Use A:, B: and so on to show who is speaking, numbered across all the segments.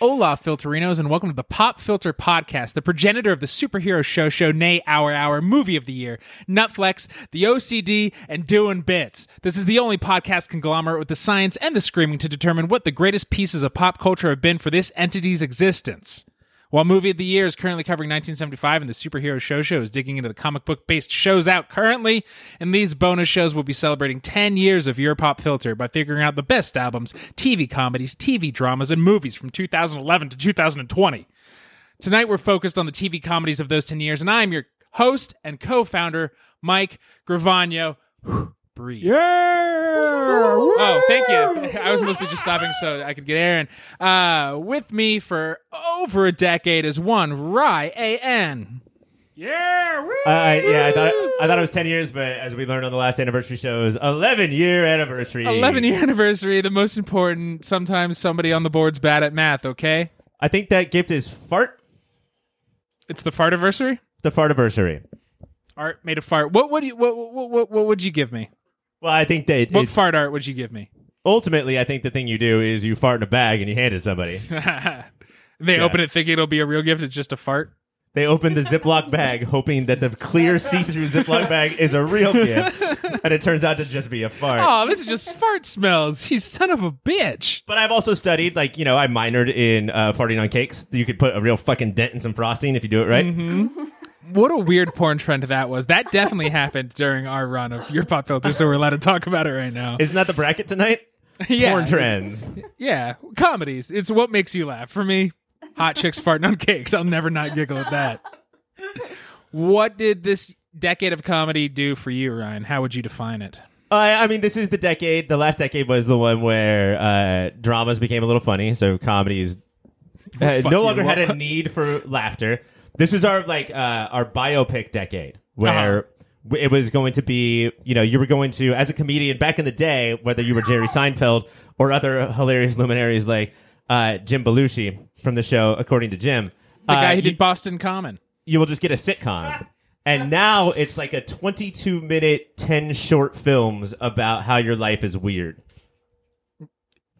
A: Hola, Filterinos, and welcome to the Pop Filter Podcast, the progenitor of the superhero show show, nay, our hour movie of the year, Nutflex, the OCD, and Doing Bits. This is the only podcast conglomerate with the science and the screaming to determine what the greatest pieces of pop culture have been for this entity's existence. While Movie of the Year is currently covering 1975 and the Superhero Show Show is digging into the comic book based shows out currently, and these bonus shows will be celebrating 10 years of Europop Filter by figuring out the best albums, TV comedies, TV dramas, and movies from 2011 to 2020. Tonight we're focused on the TV comedies of those 10 years, and I'm your host and co founder, Mike Gravano. Breathe. Oh, thank you. I was mostly just stopping so I could get Aaron. Uh, with me for over a decade is one Rye A.N.
B: Yeah, woo!
C: Uh, I, I- yeah, I thought I thought it was ten years, but as we learned on the last anniversary show, it was eleven year anniversary.
A: 11 year anniversary, the most important. Sometimes somebody on the board's bad at math, okay?
C: I think that gift is fart
A: It's the fart anniversary.
C: the fart anniversary.
A: Art made a fart. What would you what what, what, what would you give me?
C: Well, I think that it-
A: What
C: it's,
A: fart art would you give me?
C: ultimately, I think the thing you do is you fart in a bag and you hand it to somebody.
A: They open it thinking it'll be a real gift, it's just a fart.
C: they open the Ziploc bag, hoping that the clear see-through Ziploc bag is a real gift, and it turns out to just be a fart.
A: Oh, this is just fart smells. You son of a bitch.
C: But I've also studied, like, you know, I minored in uh, farting on cakes. You could put a real fucking dent in some frosting if you do it right.
A: Mm-hmm. What a weird porn trend that was. That definitely happened during our run of your pop filter, so we're allowed to talk about it right now.
C: Isn't that the bracket tonight?
A: yeah,
C: Porn
A: it's-
C: trends.
A: Yeah, comedies. It's what makes you laugh. For me, hot chicks farting on cakes. I'll never not giggle at that. What did this decade of comedy do for you, Ryan? How would you define it?
C: Uh, I, I mean, this is the decade. The last decade was the one where uh, dramas became a little funny, so comedies uh,
A: Fuck
C: no
A: you,
C: longer
A: Lo-
C: had a need for laughter. This is our like uh, our biopic decade, where
A: Uh-huh.
C: w it was going to be, you know, you were going to as a comedian back in the day, whether you were Jerry Seinfeld or other hilarious luminaries like uh, Jim Belushi from the show According to Jim, uh,
A: The guy who
C: you-
A: did Boston Common.
C: you will just get a sitcom. And now it's like a 22 minute, 10 short films about how your life is weird.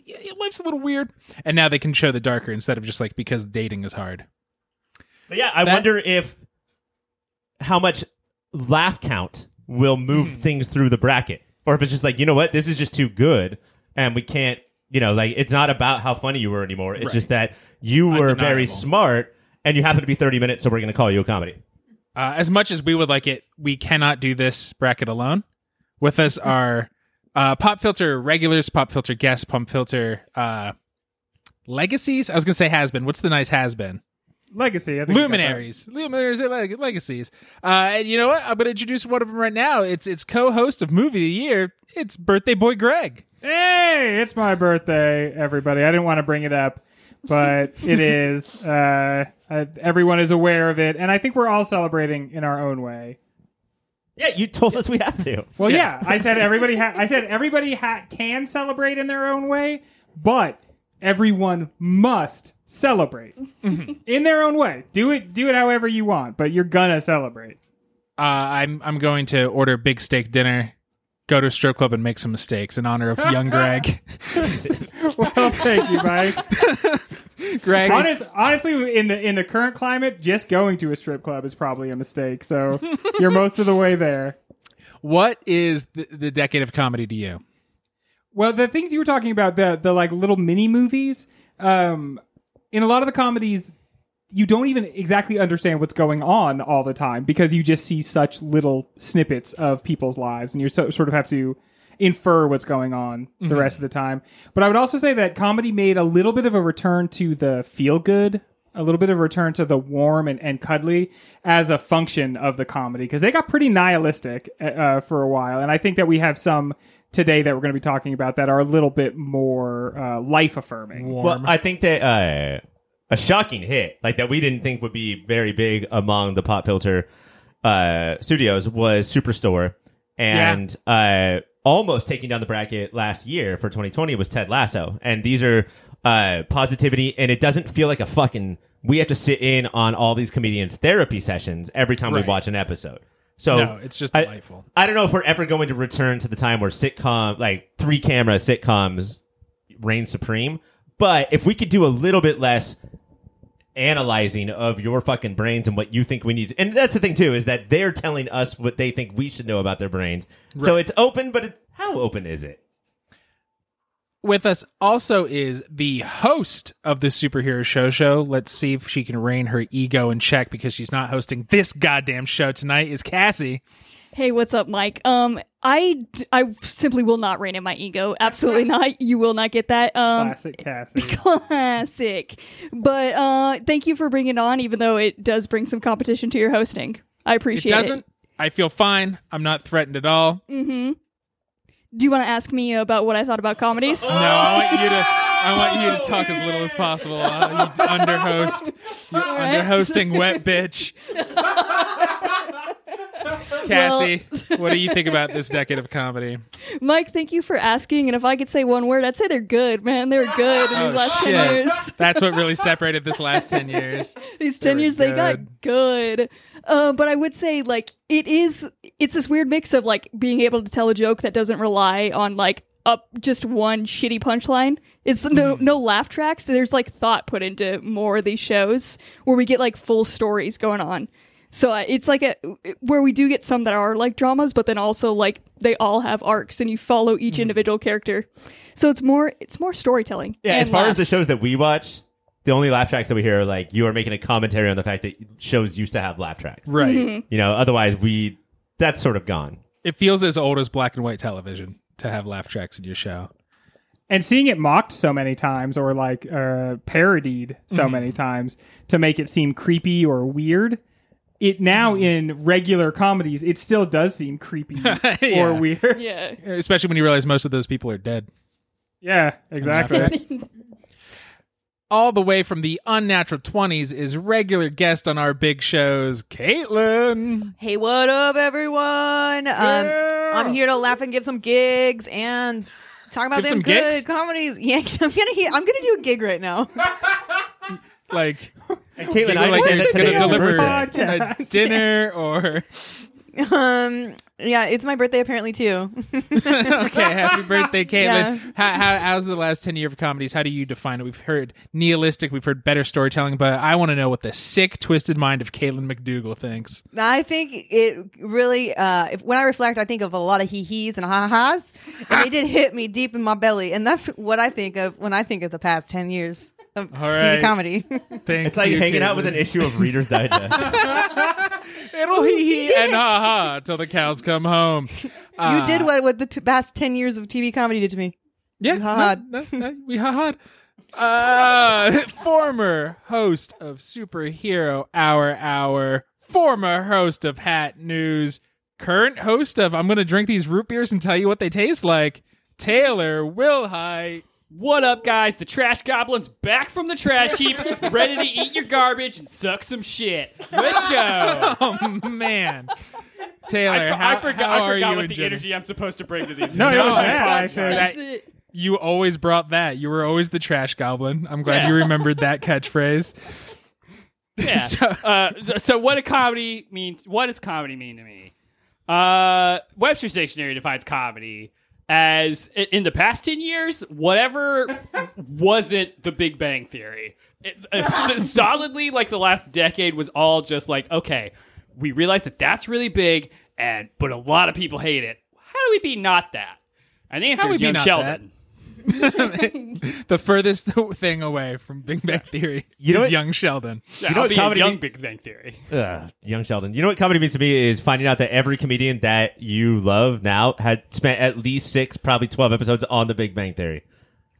A: Yeah, yeah, life's a little weird. And now they can show the darker instead of just like because dating is hard.
C: But yeah, I
A: That-
C: wonder if how much laugh count will move
A: Hmm.
C: things through the bracket. Or if it's just like, you know what, this is just too good and we can't, you know, like it's not about how funny you were anymore. It's
A: Right.
C: just that you were
A: Undeniable.
C: very smart and you happen to be 30 minutes, so we're going to call you a comedy.
A: Uh, as much as we would like it, we cannot do this bracket alone. With us
B: Mm-hmm.
A: are uh, Pop Filter regulars, Pop Filter guests, Pump Filter uh, legacies. I was going to say has been. What's the nice has been?
B: Legacy. I think you got
A: Luminaries, luminaries, and leg- legacies. Uh, and you know what? I'm going to introduce one of them right now. It's it's co-host of Movie of the Year. It's birthday boy Greg.
B: that. Hey, it's my birthday, everybody. I didn't want to bring it up, but it is. Uh, uh, everyone is aware of it, and I think we're all celebrating in our own way.
C: Yeah, you told us we have to.
B: Well, yeah, I said everybody. Ha- I said everybody ha- can celebrate in their own way, but everyone must celebrate in their own way. Do it. Do it however you want, but you're gonna celebrate.
A: Uh, I'm I'm going to order big steak dinner, go to a strip club, and make some mistakes in honor of young Greg.
B: Well, thank you, Mike.
A: Greg,
B: Honest, honestly, in the in the current climate, just going to a strip club is probably a mistake. So you're most of the way there.
A: What is the, the decade of comedy to you?
B: Well, the things you were talking about, the the like little mini movies, um, in a lot of the comedies, you don't even exactly understand what's going on all the time because you just see such little snippets of people's lives, and you so, sort of have to infer what's going on the rest of the time. But I would also say that comedy made a little bit of a return to the feel good. A little bit of a return to the warm and, and cuddly as a function of the comedy because they got pretty nihilistic uh, uh, for a while, and I think that we have some today that we're going to be talking about that are a little bit more uh, life affirming.
A: Warm.
C: Well, I think that uh, a shocking hit, like that we didn't think would be very big among the pop filter uh, studios, was Superstore, and uh, almost taking down the bracket last year for 2020 was Ted Lasso, and these are uh, positivity, and it doesn't feel like a fucking. We have to sit in on all these comedians' therapy sessions every time
A: Right.
C: we watch an episode. So
A: No, it's just
C: I-
A: delightful.
C: I don't know if we're ever going to return to the time where sitcom, like three camera sitcoms, reign supreme. But if we could do a little bit less analyzing of your fucking brains and what you think we need to, and that's the thing too is that they're telling us what they think we should know about their brains. So it's open, but it's how open is it?
A: With us also is the host of the Superhero Show Show. Let's see if she can rein her ego in check because she's not hosting this goddamn show tonight. Is Cassie?
D: Hey, what's up, Mike? Um, I, d- I simply will not rein in my ego. Absolutely not. You will not get that. Um,
B: Classic Cassie.
D: classic. But uh, thank you for bringing it on, even though it does bring some competition to your hosting. I
A: It
D: appreciate it.
A: doesn't. I feel fine. I'm not threatened at all.
D: Do you want to ask me about what I thought about comedies?
A: No, I want you to. I want you to talk as little as possible. Uh, you underhost. You
D: right.
A: underhosting wet bitch. Cassie, what do you think about this decade of comedy?
D: Mike, thank you for asking. And if I could say one word, I'd say they're good, man. They were good in these last 10 years.
A: Oh, That's what really separated this last 10 years.
D: These 10
A: were
D: years, they got good. Uh, but I would say, like, it is, it's this weird mix of, like, being able to tell a joke that doesn't rely on, like, up just one shitty punchline. It's no,
C: Mm-hmm.
D: no laugh tracks. There's, like, thought put into more of these shows where we get, like, full stories going on. So uh, it's like a where we do get some that are like dramas, but then also like they all have arcs, and you follow each
C: Mm-hmm.
D: individual character. So it's more it's more storytelling.
C: Yeah,
D: and
C: as far as the
D: laughs.
C: shows that we watch, the only laugh tracks that we hear are like you are making a commentary on the fact that shows used to have laugh tracks.
A: Right.
C: You know, otherwise we that's sort of gone.
A: It feels as old as black and white television to have laugh tracks in your show.
B: and seeing it mocked so many times or like uh, parodied so
A: Mm-hmm.
B: many times to make it seem creepy or weird it now
A: Mm-hmm.
B: in regular comedies it still does seem creepy
A: Yeah.
B: or weird
D: yeah.
A: Especially when you realize most of those people are dead.
B: yeah exactly
A: All the way from the unnatural 20s is regular guest on our big shows, Caitlin.
E: Hey, what up, everyone? Um, I'm here to laugh and give some gigs and talk about
A: Give some
E: them good
A: gigs?
E: comedies. Yeah, I'm gonna he- I'm gonna do a gig right now.
A: Like,
C: And Caitlin,
A: you
C: I
A: like
C: like
A: you're
C: that
A: going
C: today
A: to
C: is your
A: deliver
C: birthday.
A: a dinner or.
E: Um, yeah, it's my birthday apparently too.
A: okay, happy birthday, Caitlin.
E: Yeah.
A: How, how, how's the last 10 year of comedies? How do you define it? We've heard nihilistic, we've heard better storytelling, but I want to know what the sick, twisted mind of Caitlin McDougal thinks.
E: I think it really. Uh, if, when I reflect, I think of a lot of hee hees and ha ha's. and They did hit me deep in my belly, and that's what I think of when I think of the past ten years of
A: All
E: TV
A: right.
E: comedy.
A: Thank
C: It's like
A: you,
C: hanging out with an
A: Caitlin.
C: issue of Reader's Digest.
A: It'll hee hee and ha ha till the cows come home.
E: you did what what the t- past ten years of TV comedy did to me.
A: Yeah,
E: ha-ha'd.
A: no, no, no, we ha ha. Uh, former host of Superhero Hour Hour, former host of Hat News, current host of I'm gonna drink these root beers and tell you what they taste like. Taylor Wilhite.
F: What up, guys? The trash goblin's back from the trash heap, ready to eat your garbage and suck some shit. Let's go.
A: Oh man, Taylor,
F: I, f-
A: how,
F: I forgot,
A: how
F: I
A: are
F: forgot
A: you
F: what the
A: enjoying-
F: energy I'm supposed to bring to these.
B: no it
A: No,
B: was
A: I
B: bad,
A: thought so.
B: actually.
A: That- You always brought that. You were always the trash goblin. I'm glad you remembered that catchphrase.
F: Yeah.
A: So-
F: uh, so- so what a comedy means? What does comedy mean to me? Uh, Webster's dictionary defines comedy as i- in the past ten years, whatever wasn't The Big Bang Theory. It, uh, s- solidly, like the last decade was all just like, okay, we realize that that's really big, and but a lot of people hate it. How do we be not that? And the answer
A: How we
F: is
A: be
F: young
A: not
F: Sheldon.
A: the furthest thing away from Big Bang Theory
C: You know
A: is
C: what-
A: young Sheldon.
F: Yeah,
C: You know
F: I'll
C: what
F: be
C: comedy
F: a young
C: mean-
F: Big Bang Theory.
C: Ugh, young Sheldon. You know what comedy means to me is finding out that every comedian that you love now had spent at least six, probably twelve episodes on The Big Bang Theory.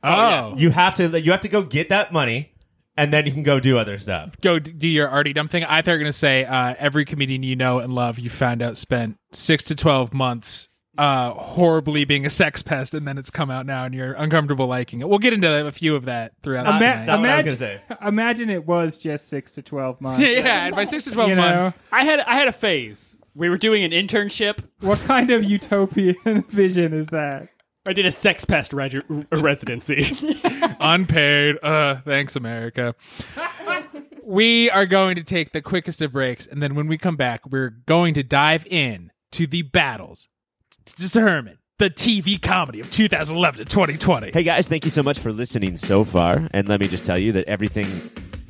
A: Oh,
C: You have to you have to go get that money, and then you can go do other stuff.
A: go d- do your arty dumb thing. I thought you were gonna say uh, every comedian you know and love you found out spent six to twelve months uh, horribly being a sex pest, and then it's come out now, and you're uncomfortable liking it. We'll get into a few of that throughout the
B: Ima-
A: tonight.
C: Not what I was
B: imagine,
C: gonna
B: imagine it was just six to 12 months
A: yeah, and by six to twelve
B: You know.
A: months,
F: I had I had a phase. We were doing an internship.
B: what kind of utopian vision is that
F: I did a sex pest reg- residency.
A: unpaid. Uh, thanks, America. we are going to take the quickest of breaks, and then when we come back, we're going to dive in to the battles to determine the TV comedy of 2011 to 2020.
G: Hey guys, thank you so much for listening so far. And let me just tell you that everything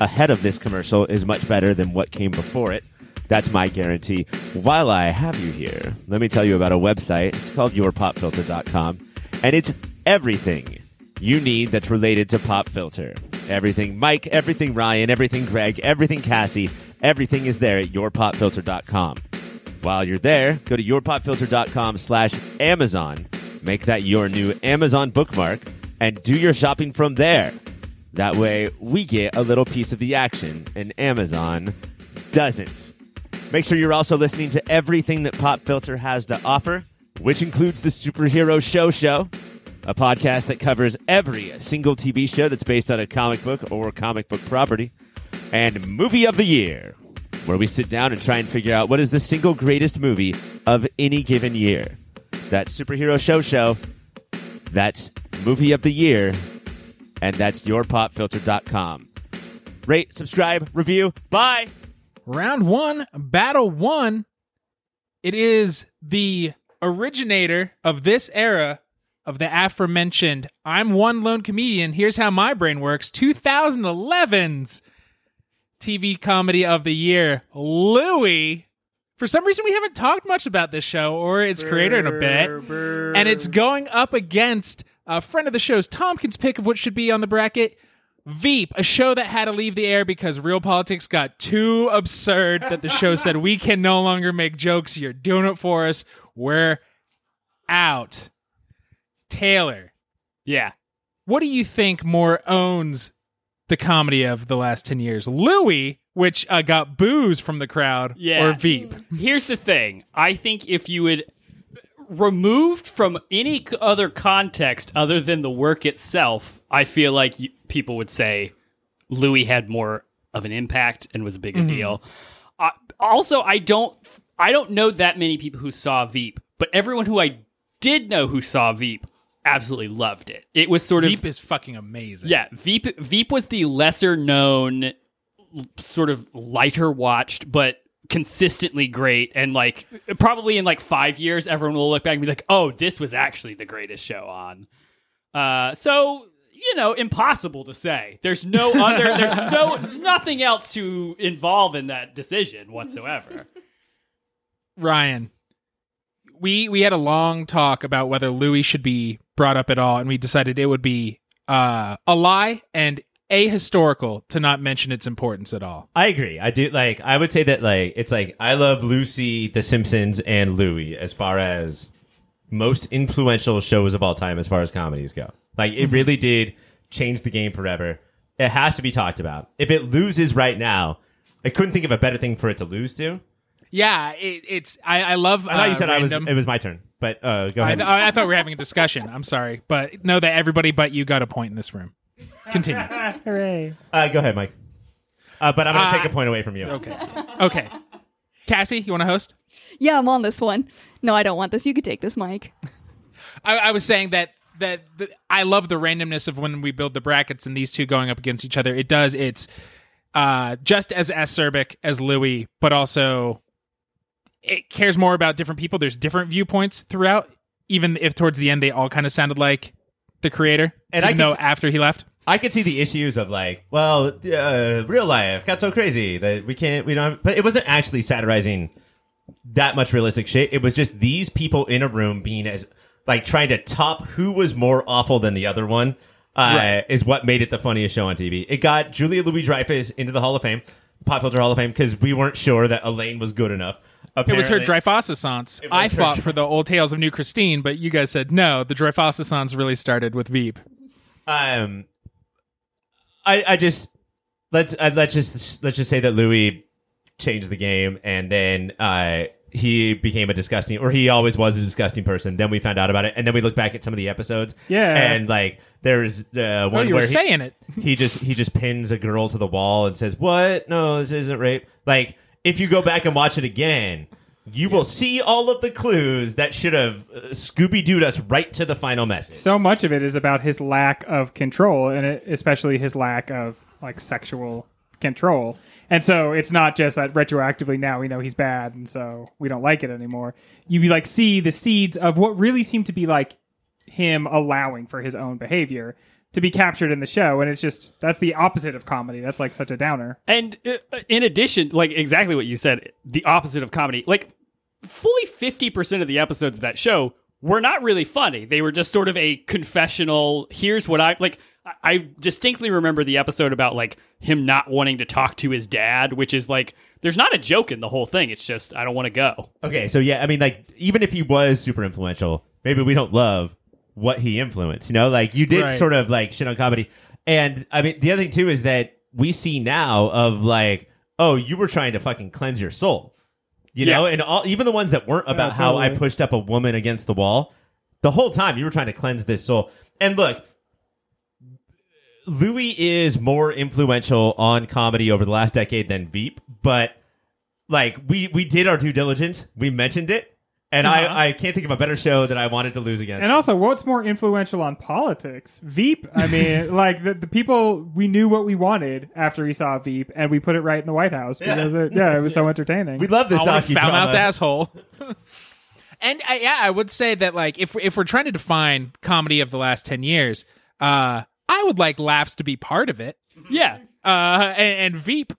G: ahead of this commercial is much better than what came before it. That's my guarantee. While I have you here, let me tell you about a website. It's called yourpopfilter.com, and it's everything you need that's related to Pop Filter. Everything Mike, everything Ryan, everything Greg, everything Cassie, everything is there at yourpopfilter.com. While you're there, go to yourpopfilter.com slash Amazon. Make that your new Amazon bookmark and do your shopping from there. That way, we get a little piece of the action and Amazon doesn't. Make sure you're also listening to everything that Pop Filter has to offer, which includes the Superhero Show Show, a podcast that covers every single TV show that's based on a comic book or comic book property, and Movie of the Year, where we sit down and try and figure out what is the single greatest movie of any given year. That's Superhero Show Show. That's Movie of the Year. And that's yourpopfilter.com. Rate, subscribe, review. Bye.
A: Round one, battle one. It is the originator of this era of the aforementioned I'm one lone comedian. Here's how my brain works 2011's TV comedy of the year, Louie. For some reason, we haven't talked much about this show or its creator in a bit. And it's going up against a friend of the show's Tompkins pick of what should be on the bracket. Veep, a show that had to leave the air because real politics got too absurd that the show said, We can no longer make jokes. You're doing it for us. We're out. Taylor,
F: Yeah.
A: what do you think more owns the comedy of the last 10 years? Louis, which uh, got boos from the crowd,
F: Yeah. Mm.
A: or Veep?
F: Here's the thing. I think if you would removed from any c- other context other than the work itself, I feel like you, people would say Louis had more of an impact and was a bigger deal. Uh, also, I don't I don't know that many people who saw Veep, but everyone who I did know who saw Veep absolutely loved it. It was sort of
A: Veep is fucking amazing.
F: yeah, Veep Veep was the lesser known l- sort of lighter watched but consistently great and like probably in like 5 years everyone will look back and be like, "Oh, this was actually the greatest show on." Uh so you know, impossible to say. There's no other. There's no nothing else to involve in that decision whatsoever.
A: Ryan, we we had a long talk about whether Louis should be brought up at all, and we decided it would be uh, a lie and ahistorical to not mention its importance at all.
C: I agree. I do like. I would say that like it's like I love Lucy, The Simpsons, and Louie as far as most influential shows of all time as far as comedies go. Like
A: Mm-hmm.
C: it really did change the game forever. It has to be talked about. If it loses right now, I couldn't think of a better thing for it to lose to.
A: Yeah, it, it's I, I love.
C: I thought you
A: uh,
C: said I
A: random-
C: was. It was my turn, but uh, go
A: I,
C: ahead.
A: th- I thought we were having a discussion. I'm sorry, but know that everybody but you got a point in this room. Continue.
B: Hooray.
C: Uh, go ahead, Mike. Uh, but I'm gonna
A: Uh,
C: take a point away from you. Okay.
A: Okay, Cassie, you want to host?
D: Yeah, I'm on this one. No, I don't want this. You could take this, Mike.
A: I, I was saying that that the, I love the randomness of when we build the brackets and these two going up against each other. It does. It's uh, just as acerbic as Louis, but also it cares more about different people. There's different viewpoints throughout, even if towards the end they all kind of sounded like the creator.
C: And I
A: even
C: can
A: though
C: s-
A: after he left,
C: I could see the issues of like, well, uh, real life got so crazy that we can't, we don't. But it wasn't actually satirizing that much realistic shit. It was just these people in a room being as like trying to top who was more awful than the other one. Uh, Is what made it the funniest show on TV. It got Julia Louis Dreyfus into the Hall of Fame, Pop Filter Hall of Fame, because we weren't sure that Elaine was good enough.
A: it was her
C: Apparently-
A: Dreyfusessence.
C: It was
A: I
C: her-
A: fought for the old tales of New Christine, but you guys said no. The Dreyfusessence really started with Veep.
C: um i i just let's uh, let's just let's just say that louis changed the game and then uh he became a disgusting or he always was a disgusting person then we found out about it and then we look back at some of the episodes
B: Yeah.
C: and like there's uh,
A: Oh,
C: one
A: you were
C: where he,
A: saying it.
C: he just he just pins a girl to the wall and says, "What? No, this isn't rape." Like if you go back and watch it again, you will see all of the clues that should have uh, Scooby Dooed us right to the final message.
B: So much of it is about his lack of control, and it, especially his lack of like sexual control. And so it's not just that retroactively now we know he's bad and so we don't like it anymore. You like see the seeds of what really seemed to be like him allowing for his own behavior to be captured in the show and it's just that's the opposite of comedy. That's like such a downer.
F: And uh, in addition, like exactly what you said, the opposite of comedy. Like fully 50% of the episodes of that show were not really funny. They were just sort of a confessional, here's what I like I- I distinctly remember the episode about like him not wanting to talk to his dad, which is like there's not a joke in the whole thing. It's just I don't want to go.
C: Okay, so yeah, I mean, like, even if he was super influential, maybe we don't love what he influenced. You know, like you did
A: Right.
C: sort of like shit on comedy, and I mean, the other thing too is that we see now of like, oh, you were trying to fucking cleanse your soul, you know, and all even the ones that weren't about how I
B: totally.
C: pushed up a woman against the wall, the whole time you were trying to cleanse this soul. And look, Louis is more influential on comedy over the last decade than Veep, but like we we did our due diligence. We mentioned it, and
A: Uh-huh.
C: I I can't think of a better show that I wanted to lose against.
B: And also, what's more influential on politics? Veep. I mean, like the, the people we knew what we wanted after we saw Veep, and we put it right in the White House because it, yeah, it was so entertaining.
C: we love this
A: I want to
C: documentary.
A: found out the asshole. and I, yeah, I would say that like if if we're trying to define comedy of the last ten years, uh, I would like laughs to be part of it.
F: Yeah.
A: Uh, and, and Veep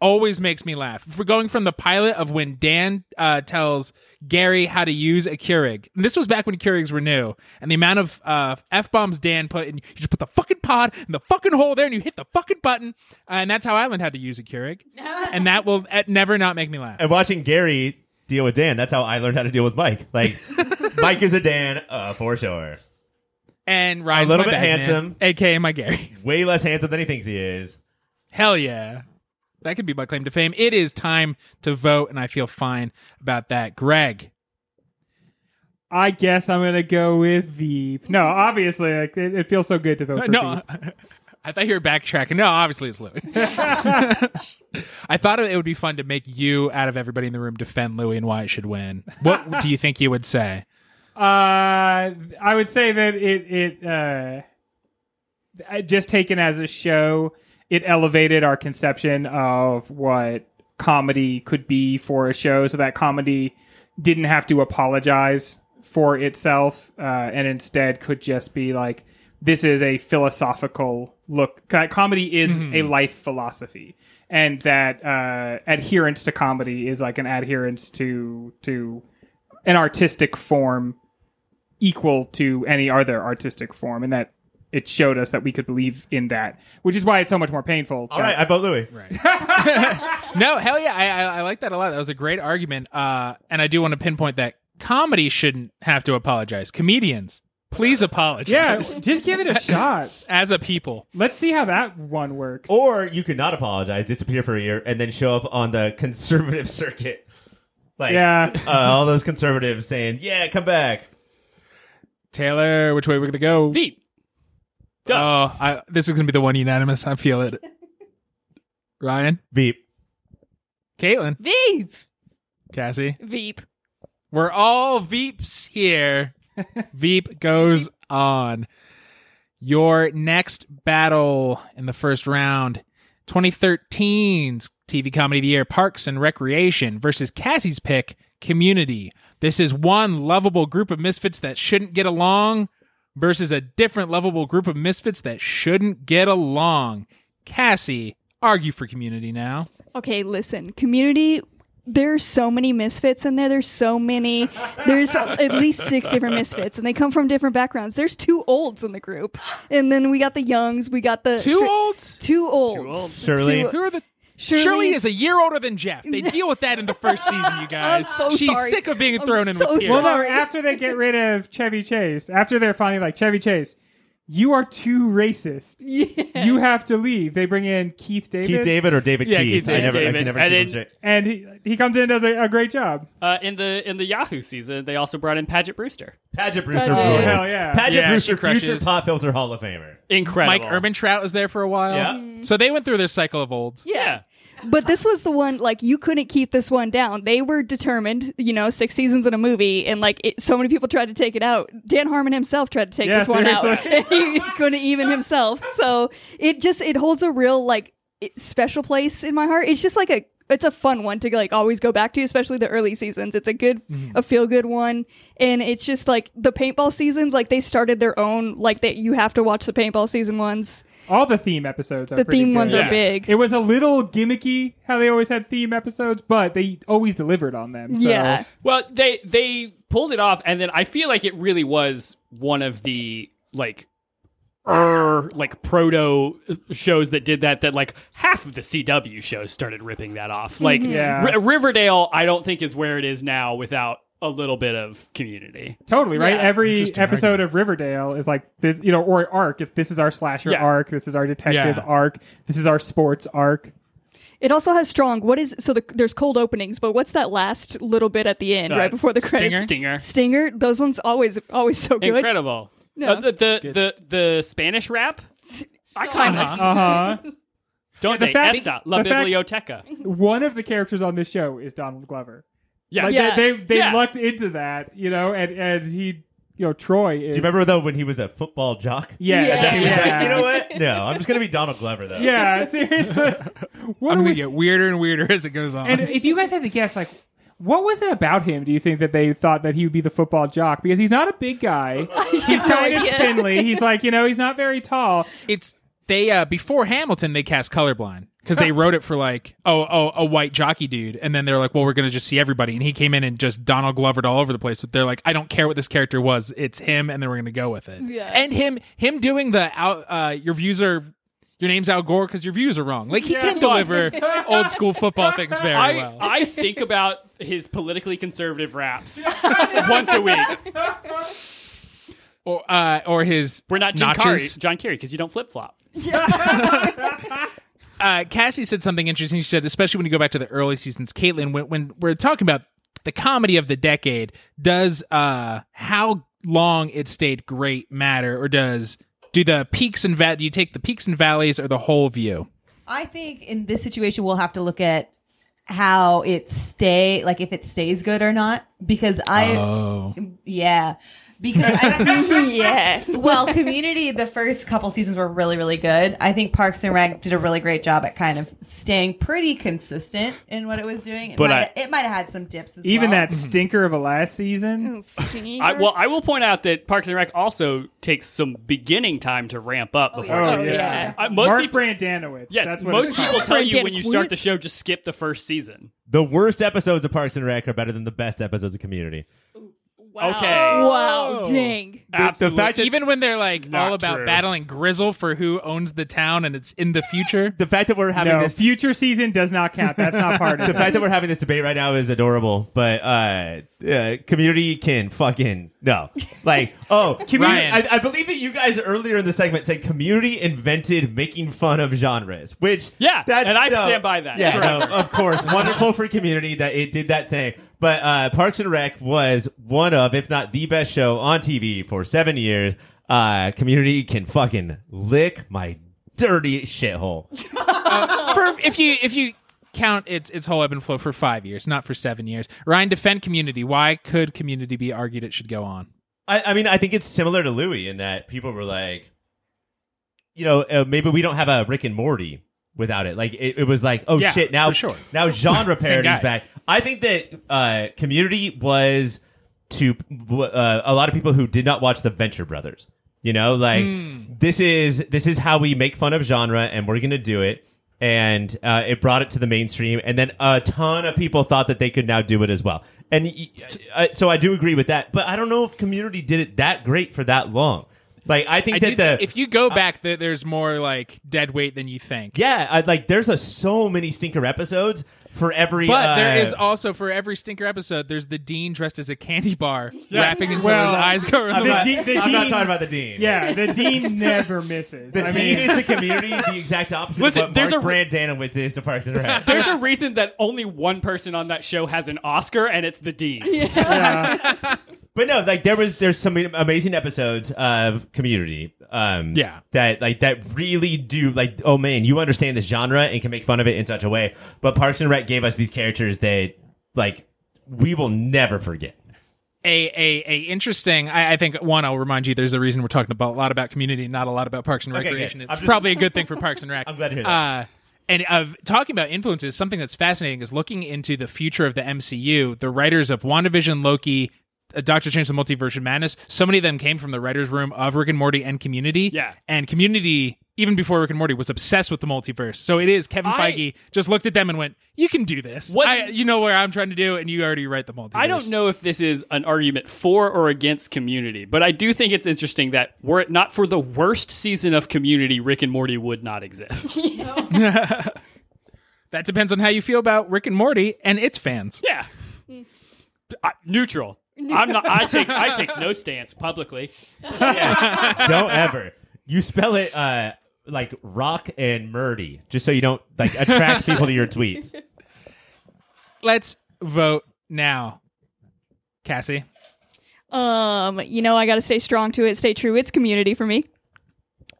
A: always makes me laugh. For going from the pilot of when Dan uh, tells Gary how to use a Keurig. And this was back when Keurigs were new, and the amount of uh, f bombs Dan put in. You just put the fucking pod in the fucking hole there, and you hit the fucking button, uh, and that's how I learned how to use a Keurig. and that will uh, never not make me laugh.
C: and watching Gary deal with Dan. That's how I learned how to deal with Mike. Like Mike is a Dan uh, for sure.
A: and Ryan's
C: A little
A: my
C: bit
A: bag man,
C: handsome.
A: aka my Gary.
C: Way less handsome than he thinks he is.
A: Hell yeah, that could be my claim to fame. It is time to vote, and I feel fine about that. Greg,
B: I guess I'm gonna go with Veep. No, obviously, like, it, it feels so good to vote for
A: no,
B: Veep.
A: I thought you were backtracking. No, obviously it's Louis. I thought it would be fun to make you out of everybody in the room defend Louis and why it should win. What do you think you would say?
B: Uh, I would say that it it uh, I- just taken as a show, it elevated our conception of what comedy could be for a show, so that comedy didn't have to apologize for itself, uh, and instead could just be like, this is a philosophical look. Co- Comedy is a life philosophy, and that uh, adherence to comedy is like an adherence to to an artistic form equal to any other artistic form, and that it showed us that we could believe in that, which is why it's so much more painful.
C: All right, I vote Louis.
A: No, hell yeah, I, I, I like that a lot. That was a great argument, uh, and I do want to pinpoint that comedy shouldn't have to apologize. Comedians, please apologize.
B: yeah, just give it a shot.
A: as a people.
B: Let's see how that one works.
C: Or you could not apologize, disappear for a year, and then show up on the conservative circuit. Like
B: Yeah.
C: uh, all those conservatives saying, "Yeah, come back."
A: Taylor, which way we're gonna go?
F: Veep.
A: Oh, I, this is gonna be the one unanimous. I feel it. Ryan,
C: Beep.
A: Caitlin,
E: Veep.
A: Cassie,
D: Veep.
A: we're all Veeps here. Veep goes on. Your next battle in the first round, 2013's TV comedy of the year, Parks and Recreation versus Cassie's pick, Community. This is one lovable group of misfits that shouldn't get along versus a different lovable group of misfits that shouldn't get along. Cassie, argue for Community now.
D: Okay, listen, community. There's so many misfits in there. There's so many. There's at least six different misfits, and they come from different backgrounds. There's two olds in the group, and then we got the youngs. We got the
A: Two
D: stra-
A: olds?
D: Two olds.
F: olds.
C: Shirley.
A: Who are the
D: Shirley,
A: Shirley
D: is-
A: is a year older than Jeff. They deal with that in the first season, you guys.
D: I'm so
A: She's
D: sorry.
A: sick of being
D: I'm
A: thrown in
D: so
A: with kids.
B: Well, no,
D: Sorry.
B: after they get rid of Chevy Chase, after they're finally like, Chevy Chase, you are too racist.
D: Yeah.
B: You have to leave. They bring in Keith David.
C: Keith David or David
A: Yeah,
C: Keith?
A: Keith
C: I
A: David.
C: never, I can
F: David.
C: never
F: And
C: keep him
F: then-
C: straight.
B: And he, he comes in and does a, a great job.
F: Uh, in the in the Yahoo season, they also brought in Paget Brewster.
C: Paget Brewster.
D: Paget.
C: ruled.
B: Hell yeah.
C: Paget
A: Yeah, she
C: Brewster, future
A: crushes.
C: pop filter Hall of Famer.
F: Incredible.
A: Mike Ermintrout was there for a while.
C: Yeah. Mhm.
A: So they went through their cycle of olds.
F: Yeah.
D: But this was the one like you couldn't keep this one down. They were determined, you know, six seasons in a movie, and like it, so many people tried to take it out. Dan Harmon himself tried to take
B: Yeah,
D: this one out.
B: seriously.
D: he couldn't even himself. So it just it holds a real like special place in my heart. It's just like a it's a fun one to like always go back to, especially the early seasons. It's a good
B: Mm-hmm.
D: a feel good one, and it's just like the paintball seasons. Like they started their own like that. You have to watch the paintball season ones.
B: All the theme episodes are
D: The
B: pretty
D: theme ones
B: good.
F: Yeah.
D: are big.
B: It was a little gimmicky how they always had theme episodes, but they always delivered on them. So.
D: Yeah.
F: Well, they they pulled it off, and then I feel like it really was one of the like. er, like proto shows that did that that like half of the CW shows started ripping that off like
D: Mm-hmm.
B: Yeah.
F: Ri- Riverdale I don't think is where it is now without a little bit of community
B: Totally right.
D: Yeah.
B: Every
A: Interesting
B: episode of Riverdale is like this, you know, or arc. Is this is our slasher
F: Yeah.
B: arc. This is our detective
A: Yeah.
B: arc. This is our sports arc.
D: It also has strong. What is so? The, there's cold openings, but what's that last little bit at the end,
F: Uh,
D: right before the credits?
F: Stinger? Stinger.
D: Stinger. Those ones always always so good.
F: incredible
D: No.
F: Uh, the, the the the Spanish rap
D: Timeless.
B: Uh huh.
F: don't
B: the
F: they
B: fact-
F: Esta, la
B: the fact-
F: biblioteca
B: One of the characters on this show is Donald Glover.
F: yeah
B: Like
F: yeah
D: Yeah.
B: they they, they
F: Yeah.
B: lucked into that, you know, and and he, you know, Troy is.
C: Do you remember though when he was a football jock?
B: Yeah.
D: Yeah.
C: He was
B: Yeah.
C: like, you know what? No, I'm just gonna be Donald Glover though.
B: Yeah, seriously. What
A: I'm gonna
B: are we?
A: get weirder and weirder as it goes on.
B: And if you guys had to guess, like, what was it about him? Do you think that they thought that he would be the football jock? Because he's not a big guy. He's kind of
D: idea.
B: spindly. He's like, you know, he's not very tall.
A: it's they uh before Hamilton they cast colorblind because they wrote it for like oh oh a white jockey dude and then they're like well we're gonna just see everybody and he came in and just Donald Glovered all over the place. So they're like I don't care what this character was it's him and then we're gonna go with it.
D: Yeah.
A: And him him doing the out uh your views are your name's Al Gore because your views are wrong. Like he can deliver old school football things very
F: I,
A: well.
F: I think about his politically conservative raps once a week.
A: or uh or his
F: We're not Jim Carrey,
A: notches.
F: John Kerry because you don't flip flop.
A: uh, Cassie said something interesting. She said, especially when you go back to the early seasons, Caitlin, when, when we're talking about the comedy of the decade, does uh, how long it stayed great matter, or does do the peaks and va- do you take the peaks and valleys or the whole view?
E: I think in this situation we'll have to look at how it stay like if it stays good or not because I
B: Uh-huh.
A: Oh,
E: yeah because I,
D: yeah.
E: well community the first couple seasons were really really good I think Parks and Rec did a really great job at kind of staying pretty consistent in what it was doing it
F: But
E: might it might have had some dips as
B: Even
E: well.
B: that stinker of a last
D: Mm.
B: season.
F: I, well, I will point out that Parks and Rec also takes some beginning time to ramp up before.
B: Oh,
E: Oh,
B: yeah.
E: yeah.
F: I- most
B: Mark
F: people,
B: Brandanowitz.
F: yes,
B: that's what
F: most
B: it's called.
F: people tell you
D: Brandon
F: when you start
D: Quigley.
F: the show, just skip the first season.
C: The worst episodes of Parks and Rec are better than the best episodes of Community.
B: Oh.
F: Okay,
D: Wow,
F: Oh.
D: dang.
F: absolutely.
C: fact that-
A: even when they're like
F: Not
A: all about
F: true.
A: battling Grizzle for who owns the town and it's in the future.
C: The fact that we're having
B: No,
C: this
B: future season does not count. That's not part of
C: the
B: it.
C: fact that we're having this debate right now is adorable, but uh, uh community can fucking no. Like, oh, community,
A: Ryan.
C: I, I believe that you guys earlier in the segment said community invented making fun of genres, which
F: Yeah,
C: that's
F: and I
C: no-
F: stand by that.
C: Yeah,
F: Sure.
C: no, of course, wonderful for community that it did that thing. But uh, Parks and Rec was one of, if not the best show on TV for seven years. Uh, community can fucking lick my dirty shithole.
A: for if you if you count its its whole ebb and flow for five years, not for seven years. Ryan, defend Community. Why could Community be argued it should go on?
C: I, I mean, I think it's similar to Louis in that people were like, you know, uh, maybe we don't have a Rick and Morty without it. Like, it, it was like, oh
A: Yeah,
C: shit, now
A: for sure.
C: now genre
A: Same
C: parody's
A: guy.
C: back. I think that uh, Community was to uh, a lot of people who did not watch the Venture Brothers. You know, like
A: Hmm.
C: this is this is how we make fun of genre, and we're gonna do it. And uh, it brought it to the mainstream, and then a ton of people thought that they could now do it as well. And y- I- so I do agree with that, but I don't know if Community did it that great for that long. Like I think
A: I
C: that
A: do
C: the uh,
A: think if you go back, there there's more like dead weight than you think.
C: yeah, I, like there's a so many stinker episodes for every.
A: But there
C: uh,
A: is also for every stinker episode, there's the dean dressed as a candy bar, rapping until
B: Well,
A: his eyes go.
C: I'm,
B: The
C: not,
B: Dean- the
C: I'm not
B: Dean-
C: talking about the dean.
B: yeah, the dean never misses.
C: the
B: I
C: dean
B: mean,
C: is the community the exact opposite.
F: Listen,
C: of what
F: there's
C: Mark
F: a-
C: Brandanowitz is to Parks and Rec.
F: There's a reason that only one person on that show has an Oscar, and it's the Dean.
C: But no, like there was there's some amazing episodes of Community. Um,
A: Yeah.
C: that like that really do like oh man, you understand this genre and can make fun of it in such a way. But Parks and Rec gave us these characters that like we will never forget.
A: a a a interesting. I, I think one. I'll remind you. There's a reason we're talking about a lot about community, and not a lot about Parks and
C: Okay,
A: Recreation.
C: good.
A: It's
C: I'm just-
A: probably a good thing for Parks and Rec.
C: I'm glad to hear that.
A: Uh, And of talking about influences, something that's fascinating is looking into the future of the MCU. The writers of WandaVision, Loki, uh, Doctor Strange, the Multiverse of Madness. So many of them came from the writers' room of Rick and Morty and Community.
F: Yeah.
A: and Community. Even before Rick and Morty was obsessed with the multiverse, so it is Kevin
F: I-
A: Feige just looked at them and went, "You can do this.
F: What-
A: I, you know where I'm trying to do, and you already write the multiverse."
F: I don't know if this is an argument for or against community, but I do think it's interesting that were it not for the worst season of community, Rick and Morty would not exist.
A: That depends on how you feel about Rick and Morty and its fans.
F: yeah. I- neutral. I'm not I take I take no stance publicly.
C: don't ever. You spell it uh, like rock and Murdy, just so you don't like attract people to your tweets.
A: Let's vote now. Cassie.
D: Um, you know, I got to stay strong to it, stay true. It's community for me.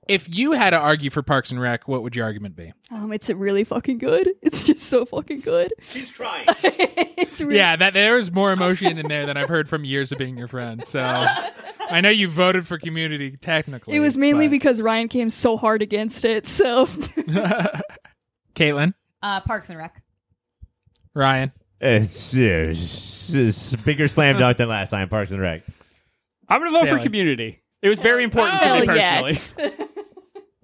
A: If you had to argue for Parks and Rec, what would your argument be?
D: Um, it's really fucking good. It's just so fucking good.
C: She's crying.
D: It's really
A: Yeah, that there is more emotion in there than I've heard from years of being your friend. So I know you voted for community technically.
D: It was mainly
A: but-
D: because Ryan came so hard against it. So
A: Caitlin,
E: Uh, Parks and Rec.
A: Ryan.
C: It's, it's, it's a bigger slam dunk than last time. Parks and Rec.
F: I'm gonna vote
A: Taylor.
F: for community. It was very important to me
D: Hell yeah.
F: personally.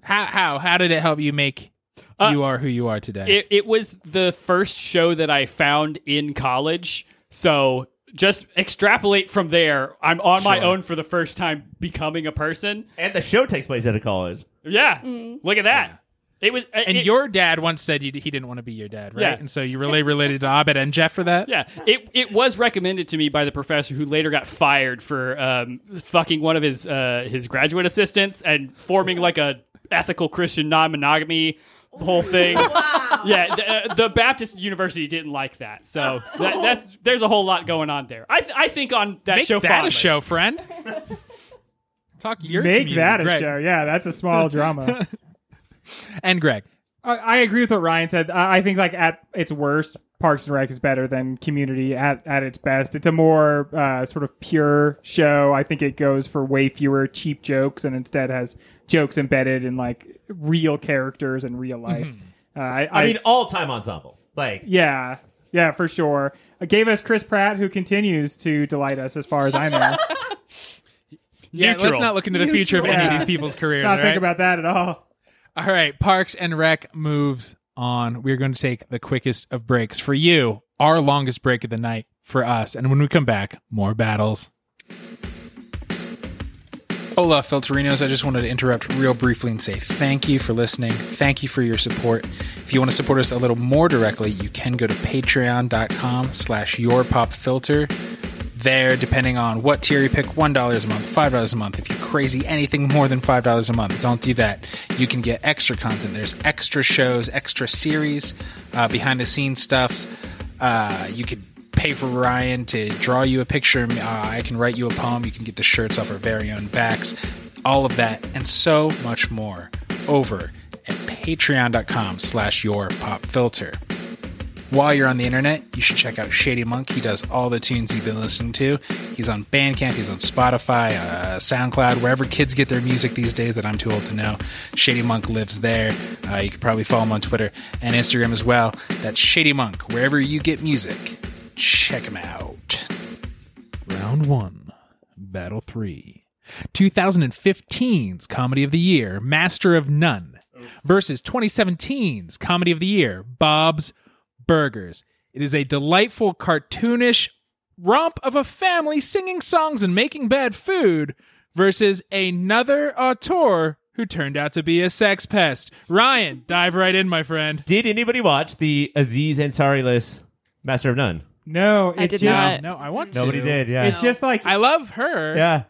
A: How how how did it help you make
F: Uh,
A: you are who you are today?
F: It, it was the first show that I found in college. So just extrapolate from there. I'm on my
A: Sure.
F: own for the first time becoming a person.
C: And the show takes place at a college.
F: Yeah. Look at that. It was uh,
A: and
F: it,
A: your dad once said you, he didn't want to be your dad, right?
F: Yeah.
A: And so you really related to Abed and Jeff for that.
F: yeah, it it was recommended to me by the professor who later got fired for um, fucking one of his uh, his graduate assistants and forming like a ethical Christian non monogamy whole thing. Yeah, the, uh, the Baptist University didn't like that, so that, that's there's a whole lot going on there. I th- I think on that
A: Make
F: show
A: that
F: fondly.
A: a show, friend. Talk your
B: Make
A: community,
B: that a
A: Greg.
B: show. Yeah, that's a small drama.
A: And Greg,
B: I, I agree with what Ryan said. I, I think like at its worst, Parks and Rec is better than Community at, at its best. It's a more uh, sort of pure show. I think it goes for way fewer cheap jokes and instead has jokes embedded in like real characters and real life. Uh, I,
C: I, mean, all time ensemble. Like,
B: yeah, yeah, for sure. It gave us Chris Pratt, who continues to delight us, as far as I know.
A: yeah, let's
F: Neutral.
A: not look into the future of any of
B: Yeah.
A: these people's careers.
B: Let's not
A: all
B: think
A: right?
B: about that at all.
A: All right, Parks and Rec moves on. We're going to take the quickest of breaks for you, our longest break of the night for us. And when we come back, more battles. Hola, Filterinos. I just wanted to interrupt real briefly and say thank you for listening. Thank you for your support. If you want to support us a little more directly, you can go to patreon.com slash yourpopfilter. There, depending on what tier you pick, $1 a month, $5 a month. If you're crazy, anything more than $5 a month, don't do that. You can get extra content. There's extra shows, extra series, uh, behind the scenes stuffs. Uh, you could pay for Ryan to draw you a picture. Uh, I can write you a poem. You can get the shirts off our very own backs. All of that and so much more over at patreon.com slash your pop filter. While you're on the internet, you should check out Shady Monk. He does all the tunes you've been listening to. He's on Bandcamp, he's on Spotify, uh, SoundCloud, wherever kids get their music these days that I'm too old to know. Shady Monk lives there. Uh, you can probably follow him on Twitter and Instagram as well. That's Shady Monk. Wherever you get music, check him out. Round one, Battle three. 2015's Comedy of the Year, Master of None, versus 2017's Comedy of the Year, Bob's Burgers. It is a delightful, cartoonish romp of a family singing songs and making bad food versus another auteur who turned out to be a sex pest. Ryan, dive right in, my friend.
C: did anybody watch the Aziz Ansari list, Master of None?
B: No, it
D: I did
B: just,
D: not.
A: Um, No, I want
C: Nobody
A: to.
C: did. Yeah.
B: It's just like
A: I love her.
C: yeah.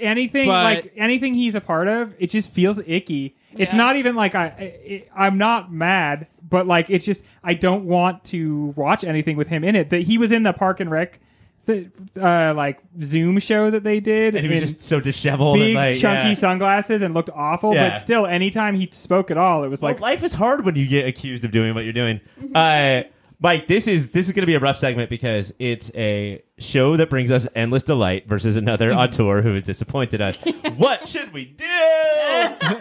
B: anything
A: But-
B: like anything he's a part of it just feels icky it's
D: Yeah.
B: not even like i it, i'm not mad but like it's just i don't want to watch anything with him in it that he was in the park and rec the uh like zoom show that they did
C: And he was
B: in
C: just so disheveled.
B: big
C: and like,
B: chunky
C: yeah.
B: sunglasses and looked awful
C: Yeah.
B: but still anytime he spoke at all it was like Mm-hmm.
C: Well, life is hard when you get accused of doing what you're doing. Uh, Mike, this is this is going to be a rough segment because it's a show that brings us endless delight versus
B: Mm-hmm.
C: another auteur who has disappointed us. what should we do?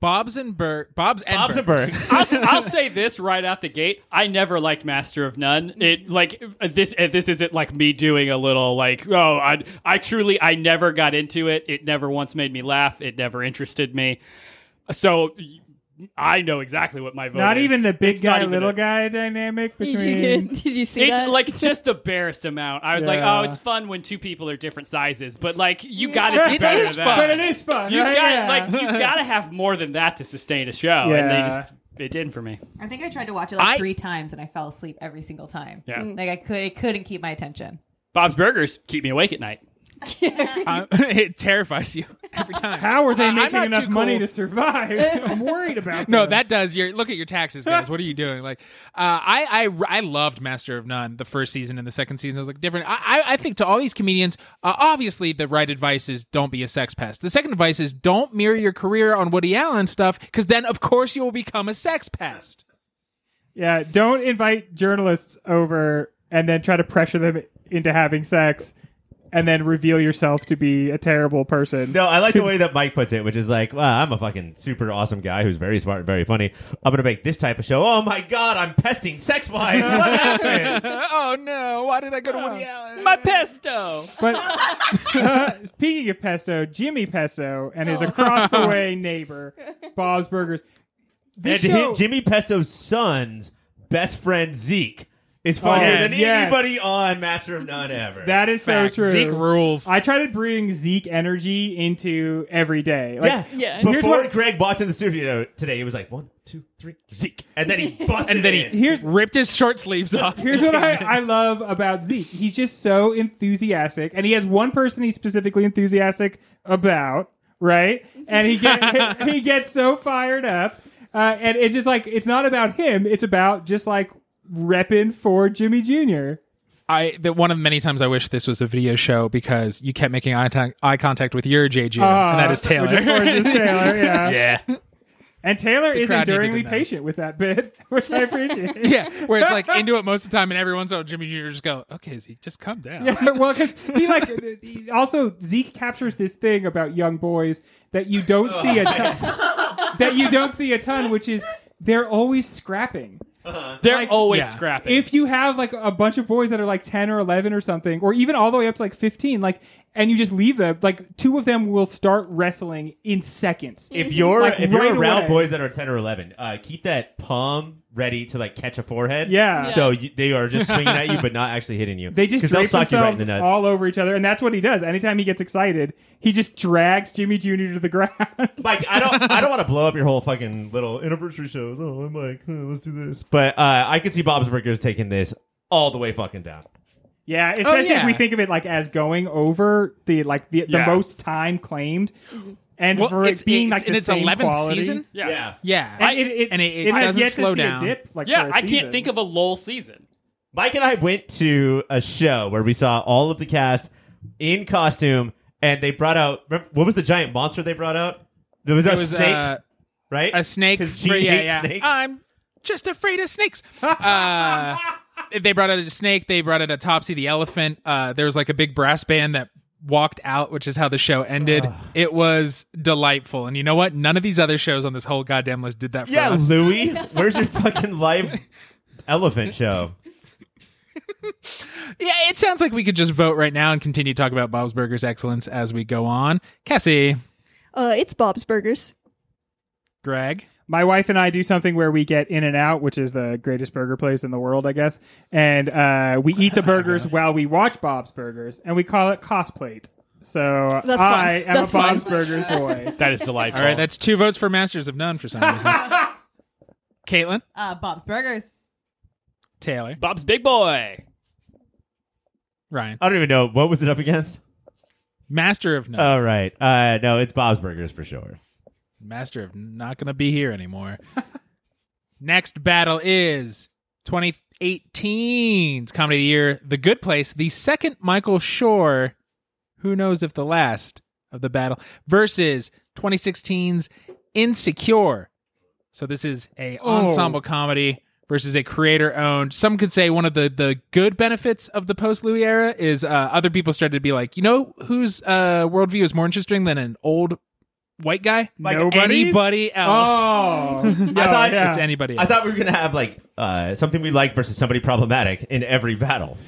A: Bob's and Bert. Bob's and
C: Bob's and
A: Bert.
C: Burns.
F: I'll, I'll say this right out the gate. I never liked Master of None. It like uh, this. uh, This isn't like me doing a little like oh I I truly I never got into it. It never once made me laugh. It never interested me. So I know exactly what my vote.
B: Not
F: is.
B: even the big
F: It's
B: guy,
F: not even
B: little
F: a-
B: guy dynamic
D: Did you,
B: between.
D: get- did you see
F: It's
D: that?
F: like just the barest amount. I was like,
B: Yeah.
F: oh, it's fun when two people are different sizes, but like you
D: Yeah.
F: got to do
A: It
F: better
A: is
F: than
A: fun.
F: that.
B: But it is fun.
F: You
B: right?
F: got
B: Yeah.
F: like you got to have more than that to sustain a show, and
B: Yeah.
F: they just it didn't for me.
E: I think I tried to watch it like
A: I-
E: three times and I fell asleep every single time.
F: Yeah. Mm.
E: Like I could it couldn't keep my attention.
F: Bob's Burgers keep me awake at night.
A: Uh, it terrifies you every time.
B: How are
A: Uh,
B: they
A: I'm
B: making
A: not
B: enough
A: too
B: money
A: cool.
B: to survive? I'm worried about
A: No,
B: them.
A: that does. Your look at your taxes, guys. What are you doing? Like, uh, I, I I loved Master of None the first season and the second season was like different. I I, I think to all these comedians, uh, obviously the right advice is don't be a sex pest. The second advice is don't mirror your career on Woody Allen stuff because then of course you will become a sex pest.
B: Yeah, don't invite journalists over and then try to pressure them into having sex and then reveal yourself to be a terrible person.
C: No, I like the way that Mike puts it, which is like, wow, I'm a fucking super awesome guy who's very smart and very funny. I'm going to make this type of show. Oh my God, I'm pesting sex wise. What happened?
A: oh no! Why did I go to Woody Allen?
F: My pesto.
B: But speaking of pesto, Jimmy Pesto and his across the way neighbor, Bob's Burgers.
C: And
B: This show,
C: hit Jimmy Pesto's son's best friend, Zeke, is funnier
B: Oh, yes,
C: than
B: yes.
C: anybody on Master of None ever.
B: that is so
A: Fact.
B: true.
A: Zeke rules.
B: I try to bring Zeke energy into every day. Like,
C: yeah.
D: Yeah.
C: Before
B: Here's what-
C: Greg walked in the studio today, he was like, one, two, three, Zeke. And then he busted
A: and then he
C: it in.
B: Here's-
A: ripped his short sleeves off.
B: Here's what I, I love about Zeke. He's just so enthusiastic, and he has one person he's specifically enthusiastic about, right? And he get, he gets so fired up, uh, and it's just like it's not about him. It's about just like repping for Jimmy Jr.
A: I that one of the many times I wish this was a video show because you kept making eye, ta- eye contact with your JJ,
B: Uh,
A: and that is Taylor.
B: Which of course is Taylor, yeah.
F: Yeah.
B: And Taylor is
A: crowd needed
B: enduringly
A: to know.
B: patient with that bit, which I appreciate.
A: Yeah, where it's like into it most of the time, and every once in a while, Jimmy Jr. just go, "Okay, Z, just calm down."
B: Yeah, well, because he like he- also Zeke captures this thing about young boys that you don't see a ton, that you don't see a ton, which is they're always scrapping.
F: They're
B: Like-
F: always
A: Yeah.
F: scrapping.
B: If you have like a bunch of boys that are like ten or eleven or something, or even all the way up to like fifteen, like and you just leave them, like two of them will start wrestling in seconds.
C: if you're
B: Like,
C: if you're
B: right
C: around
B: away.
C: boys that are 10 or 11 uh, keep that palm ready to like catch a forehead
B: Yeah.
C: so you, they are just swinging at you but not actually hitting you
B: They just
C: 'Cause they'll
B: drape
C: sock you right
B: themselves
C: in the nuts
B: all over each other, and that's what he does. Anytime he gets excited, he just drags Jimmy Jr. to the ground.
C: Mike, I don't, I don't want to blow up your whole fucking little anniversary shows. Oh, I'm like, huh, let's do this. But uh, I could see Bob's Burgers taking this all the way fucking down.
B: Yeah, especially
A: Oh, yeah.
B: if we think of it like as going over the like the, the
F: Yeah.
B: most time claimed, and
A: Well,
B: for it being like
A: in
B: the
A: its
B: same
A: 11th
B: quality.
A: season.
F: yeah.
A: Yeah,
B: and it, it,
A: and it- it
B: has
A: doesn't
B: yet
A: slow
B: to see
A: down.
B: A dip, like,
F: Yeah,
B: for a
F: I can't
B: season.
F: think of a lull season.
C: Mike and I went to a show where we saw all of the cast in costume, and they brought out remember, what was the giant monster they brought out? There was a
A: it was
C: snake,
A: uh,
C: right?
A: a snake.
C: 'Cause
A: for-
C: Gene
A: yeah,
C: hates
A: yeah. Ah,
C: snakes.
A: I'm just afraid of snakes. uh, they brought out a snake. They brought out a Topsy the elephant. Uh, there was like a big brass band that walked out, which is how the show ended. it was delightful, and you know what? None of these other shows on this whole goddamn list did that. For
C: Yeah,
A: us.
C: Louie, where's your fucking live elephant show?
A: Yeah, it sounds like we could just vote right now and continue to talk about Bob's Burgers excellence as we go on. Cassie,
D: uh, it's Bob's Burgers.
A: Greg,
B: My wife and I do something where we get In and Out, which is the greatest burger place in the world, I guess, and uh, we eat the burgers while we watch Bob's Burgers, and we call it cosplate. So
D: That's fun.
B: I am
D: That's
B: a Bob's
D: fun.
B: Burgers boy.
F: That is delightful.
A: All
C: Oh.
A: right, that's two votes for Masters of None for some reason. Caitlin,
E: Uh Bob's Burgers.
A: Taylor,
F: Bob's Big Boy.
A: Ryan,
C: I don't even know what was it up against.
A: Master of None,
C: All right, uh, no, it's Bob's Burgers for sure.
A: Master of not gonna be here anymore. Next battle is 2018's Comedy of the Year, The Good Place, the second Michael Shore, who knows if the last of the battle, versus 2016's Insecure. So this is a
B: Oh.
A: ensemble comedy versus a creator owned. Some could say one of the the good benefits of the post Louis era is uh, other people started to be like, you know, whose uh, worldview is more interesting than an old white guy,
C: Like
B: anybody's?
A: anybody else.
B: Oh, no,
C: I thought
B: yeah.
A: It's anybody
C: I
A: else.
C: thought we were gonna have like uh, something we like versus somebody problematic in every battle.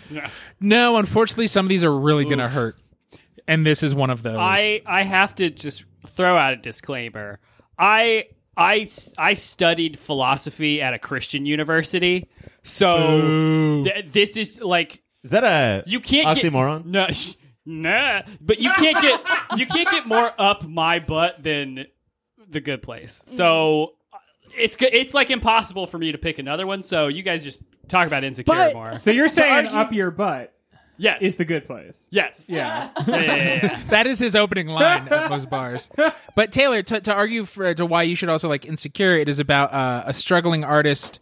A: no, unfortunately, some of these are really going to hurt. And this is one of those.
F: I I have to just throw out a disclaimer. I I s- I studied philosophy at a Christian university, so
A: Boo.
F: th- this is like
C: Is that a
F: you can't
C: oxymoron?
F: Get, no, sh- nah. But you can't get you can't get more up my butt than the good place. So uh, it's go- it's like impossible for me to pick another one. So you guys just talk about insecure
A: But-
F: more.
B: So you're saying up your butt
F: Yes.
B: is the good place?
F: yes.
B: Yeah.
F: Yeah, yeah, yeah.
A: that is his opening line of those bars. But Taylor, to, to argue for to why you should also like insecure, it is about uh, a struggling artist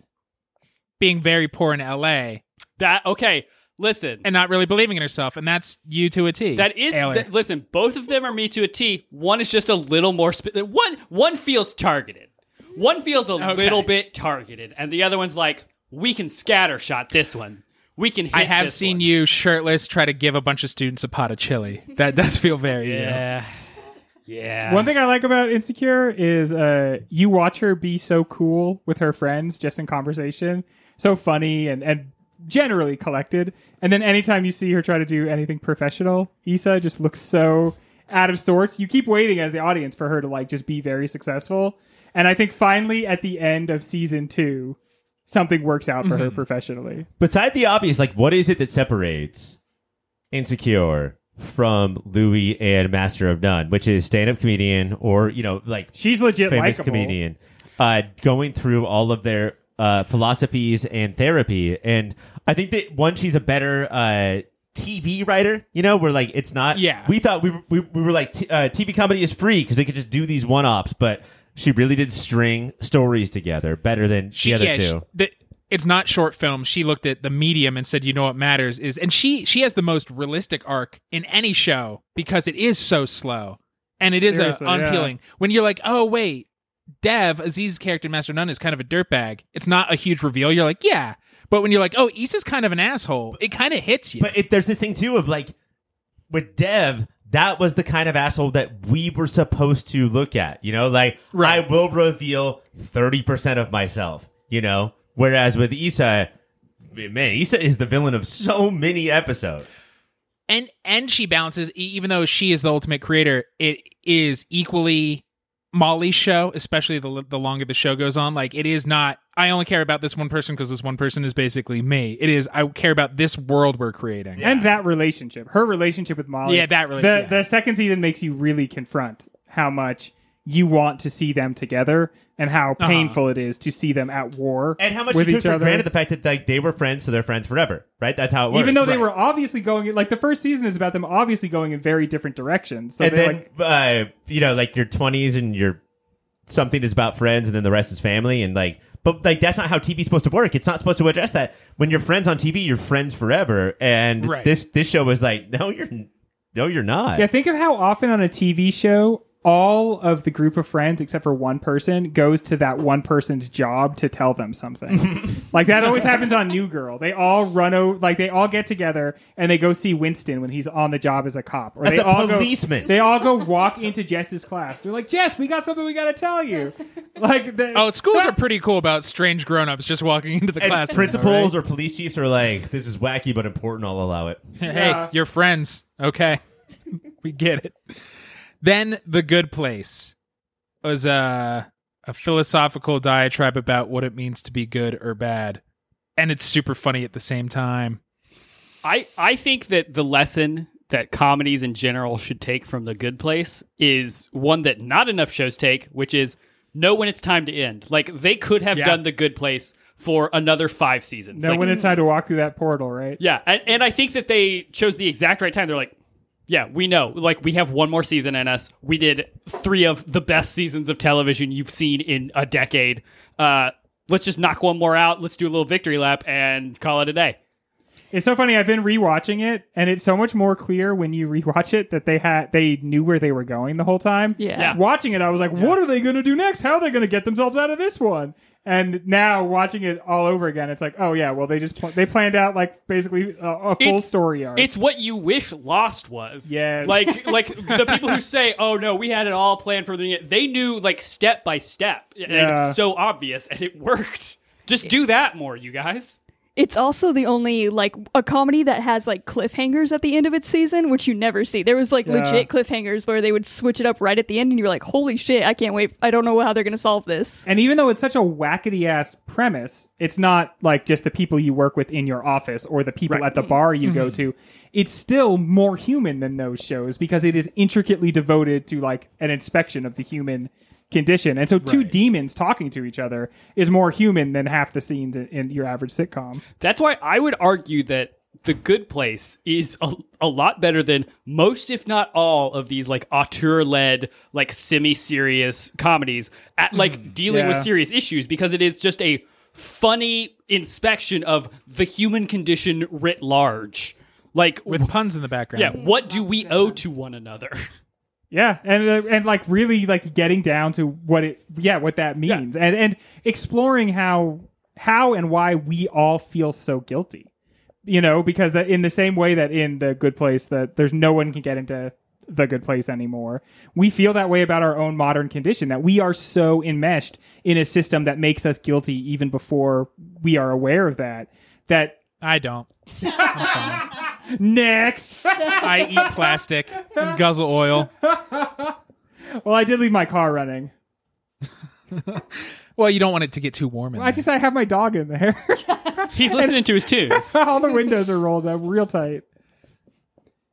A: being very poor in L.A.
F: That okay. Listen.
A: and not really believing in herself, and that's you to a T.
F: That is
A: Taylor.
F: that- listen. Both of them are me to a T. One is just a little more. Sp- one one feels targeted. One feels a little bit targeted, and the other one's like, we can scatter shot this one. We can. Hit
A: I have
F: this
A: seen
F: one."
A: you shirtless try to give a bunch of students a pot of chili. That does feel very you.
F: Yeah. Yeah.
B: One thing I like about Insecure is uh, you watch her be so cool with her friends just in conversation, so funny and, and generally collected. And then anytime you see her try to do anything professional, Issa just looks so out of sorts. You keep waiting as the audience for her to like just be very successful. And I think finally at the end of season two, something works out for
C: Mm-hmm.
B: her professionally.
C: Beside the obvious, like what is it that separates insecure from Louis and Master of None, which is stand-up comedian or you know like
B: She's legit
C: famous
B: likable.
C: comedian, uh, going through all of their uh, philosophies and therapy. And I think that one, she's a better uh, TV writer. You know, we're like, it's not.
A: Yeah.
C: we thought we were- we, we were like, t- uh, TV comedy is free because they could just do these one offs, but. She really did string stories together better than the other
A: yeah,
C: two.
A: she- the- it's not short film. She looked at the medium and said, "You know what matters is." And she she has the most realistic arc in any show because it is so slow and it is uh,
B: Seriously, yeah.
A: unpeeling. When you're like, "Oh wait, Dev Aziz's character in Master Nun is kind of a dirtbag." It's not a huge reveal. You're like, "Yeah," but when you're like, "Oh, Issa's kind of an asshole," it kind of hits you.
C: But it, there's this thing too of like with Dev, that was the kind of asshole that we were supposed to look at. You know, like
A: Right.
C: I will reveal thirty percent of myself. You know, whereas with Issa, man, Issa is the villain of so many episodes.
A: and and she balances e- even though she is the ultimate creator it is equally molly's show especially the, l- the longer the show goes on like it is not i only care about this one person because this one person is basically me it is i care about this world we're creating
B: and that relationship, her relationship with Molly.
A: Yeah, that rela-
B: The
A: yeah.
B: the second season makes you really confront how much you want to see them together and how
A: Uh-huh.
B: painful it is to see them at war
C: And how much
B: with
C: you took
B: each
C: for
B: other.
C: granted the fact that like they were friends, so they're friends forever, right? That's how it works.
B: even though they
C: Right.
B: were obviously going in- like the first season is about them obviously going in very different directions. So
C: and
B: they
C: then
B: like
C: uh, you know like your 20s and your something is about friends and then the rest is family and like but like that's not how tv's supposed to work it's not supposed to address that when you're friends on tv you're friends forever and
A: Right.
C: this this show was like no you're no you're not
B: Yeah, think of how often on a TV show all of the group of friends except for one person goes to that one person's job to tell them something. like that always happens on New Girl. They all run over like they all get together and they go see Winston when he's on the job as a cop. Or
C: That's
B: they
C: a
B: all go-
C: policeman.
B: they all go walk into Jess's class. They're like, Jess, we got something we gotta tell you. Like the,
A: oh schools are pretty cool about strange grown-ups just walking into the
C: and
A: class
C: principals or police chiefs are like this is wacky but important i'll allow it
A: hey you're friends okay we get it then the good place was uh a philosophical diatribe about what it means to be good or bad. And it's super funny at the same time.
F: I I think that the lesson that comedies in general should take from The Good Place is one that not enough shows take, which is know when it's time to end. Like they could have
A: Yeah.
F: done The Good Place for another five seasons.
B: no
F: Like,
B: when it's time to walk through that portal, right?
F: yeah, and, and I think that they chose the exact right time. They're like, yeah, we know. Like we have one more season in us. We did three of the best seasons of television you've seen in a decade. Uh, let's just knock one more out. Let's do a little victory lap and call it a day.
B: It's so funny. I've been rewatching it, and it's so much more clear when you rewatch it that they had they knew where they were going the whole time.
D: Yeah. Yeah.
B: Watching it, I was like, "What are they going to do next? How are they going to get themselves out of this one?" And now watching it all over again, it's like, oh yeah, well they just pl- they planned out like basically a, a full
F: It's-
B: story arc.
F: It's what you wish Lost was.
B: Yes.
F: Like like the people who say, "Oh no, we had it all planned from the beginning." They knew like step by step, and
B: Yeah.
F: it's so obvious, and it worked. Just do that more, you guys.
D: It's also the only like a comedy that has like cliffhangers at the end of its season, which you never see. There was like
B: Yeah.
D: legit cliffhangers where they would switch it up right at the end, and you're like, "Holy shit! I can't wait! I don't know how they're gonna solve this."
B: and even though it's such a wackety ass premise, it's not like just the people you work with in your office or the people at the bar you go to. It's still more human than those shows because it is intricately devoted to like an inspection of the human condition. And so two demons talking to each other is more human than half the scenes in, in your average sitcom.
F: That's why I would argue that The Good Place is a, a lot better than most, if not all, of these like auteur led, like semi serious comedies at like dealing with
B: Hmm. Yeah.
F: serious issues because it is just a funny inspection of the human condition writ large. Like,
A: with puns in the background.
F: yeah, what do we owe to one another?
B: Yeah, and uh, and like really like getting down to what it yeah what that means, and and exploring how how and why we all feel so guilty, you know, because the, in the same way that in the good place that there's no one can get into the good place anymore, we feel that way about our own modern condition that we are so enmeshed in a system that makes us guilty even before we are aware of that. That
A: I don't.
B: next.
A: I eat plastic and guzzle oil.
B: well, I did leave my car running.
A: Well, you don't want it to get too warm. In
B: I
A: there.
B: just I have my dog in there.
F: He's listening to his tunes.
B: All the windows are rolled up real tight.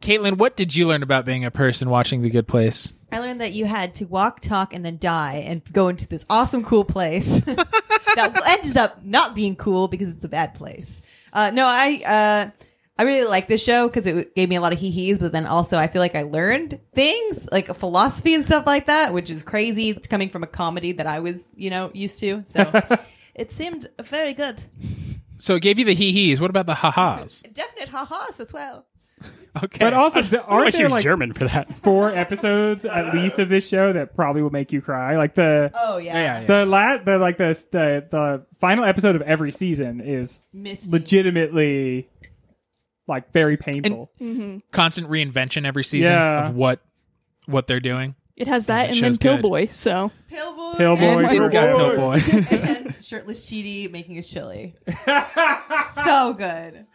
A: Caitlin, what did you learn about being a person watching The Good Place?
E: I learned that you had to walk, talk, and then die and go into this awesome, cool place that ends up not being cool because it's a bad place. Uh, no, I uh, I really like this show because it gave me a lot of hee hees, but then also I feel like I learned things like philosophy and stuff like that, which is crazy coming from a comedy that I was, you know, used to. So it seemed very good.
A: So it gave you the hee hees. What about the ha ha's?
E: Definite ha ha's as well.
A: Okay.
B: But also, th-
F: I
B: aren't
F: she
B: there
F: was
B: like
F: German for that.
B: four episodes at least of this show that probably will make you cry? Like the
E: Oh yeah.
A: yeah, yeah.
B: the la- the like the the the final episode of every season is
E: Misty.
B: legitimately like very painful.
A: constant reinvention every season
B: Yeah.
A: of what what they're doing.
D: It has that,
A: that
D: and then
A: show's good.
D: Pillboy. So
E: Pillboy.
B: Pillboy,
D: And
B: Purple.
D: Pillboy.
A: Oh boy.
E: and shirtless Chidi making his chili. so good.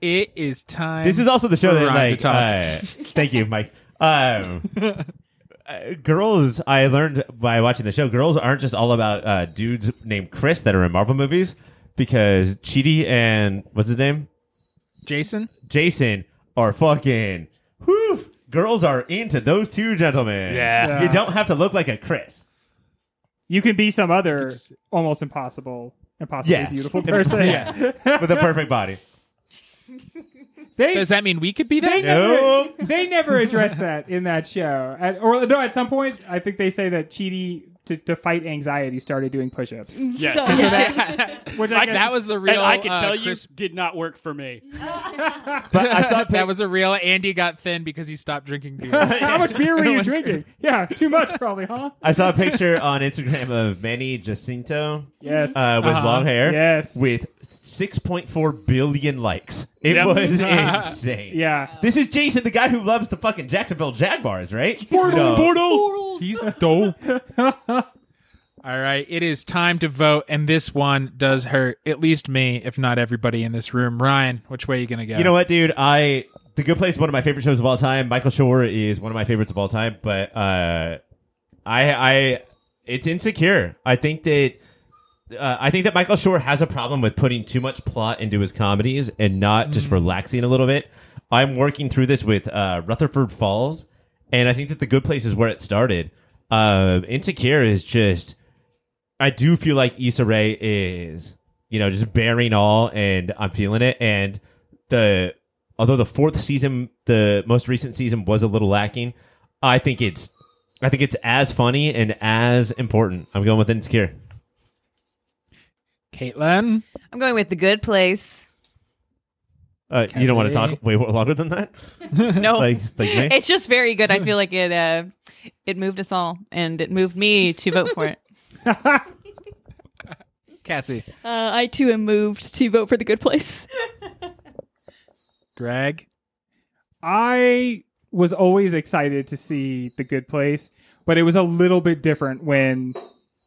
A: it is time.
C: This is also the show
A: for
C: that
A: Ryan
C: like.
A: to talk.
C: uh, thank you, Mike. Um, uh, girls, I learned by watching the show. Girls aren't just all about uh, dudes named Chris that are in Marvel movies because Chidi and what's his name,
A: Jason.
C: Jason, are fucking. Whew, girls are into those two gentlemen.
F: Yeah.
C: you don't have to look like a Chris.
B: You can be some other
A: just-
B: almost impossible, impossibly
C: Yeah.
B: beautiful person.
A: Yeah.
C: with a perfect body.
B: They
A: Does that mean we could be
B: They
A: that?
B: never,
C: Nope.
B: they never address that in that show. At, or no, at some point, I think they say that Chidi to, to fight anxiety started doing push-ups,
F: Yes.
D: So-
B: which I,
F: I-
B: guess,
A: That was the real.
F: and I can
A: uh,
F: tell
A: Chris-
F: you did not work for me.
C: But I saw a
A: that
C: pic-
A: was a real. Andy got thin because he stopped drinking beer.
B: how much beer were you drinking? Yeah, too much probably, huh?
C: I saw a picture on Instagram of Manny Jacinto
B: Yes.
C: uh, with
A: Uh-huh.
C: long hair.
B: Yes.
C: With 6.4 billion likes. It
F: Yep.
C: was insane.
B: yeah.
C: This is Jason, the guy who loves the fucking Jacksonville Jaguars, right?
A: He's dope. All right, it is time to vote, and this one does hurt at least me, if not everybody in this room. Ryan, which way are you gonna go?
C: You know what, dude? I The Good Place is one of my favorite shows of all time. Michael Shore is one of my favorites of all time, but uh I I it's insecure. I think that uh, I think that Michael Shore has a problem with putting too much plot into his comedies and not just relaxing a little bit. I'm working through this with uh, Rutherford Falls, and I think that The Good Place is where it started. Um, Insecure is just. I do feel like Issa Rae is, you know, just bearing all, and I'm feeling it. And the although the fourth season, the most recent season was a little lacking, I think it's, I think it's as funny and as important. I'm going with Insecure.
A: Caitlin.
E: I'm going with the good place.
C: Uh, you don't want to
A: Cassidy.
C: talk way more longer than that?
E: No.
C: like, like me?
E: it's just very good. I feel like it uh it moved us all and it moved me to vote for it.
A: Cassie,
D: Uh, I too am moved to vote for the good place.
A: Greg.
B: I was always excited to see The Good Place, but it was a little bit different when,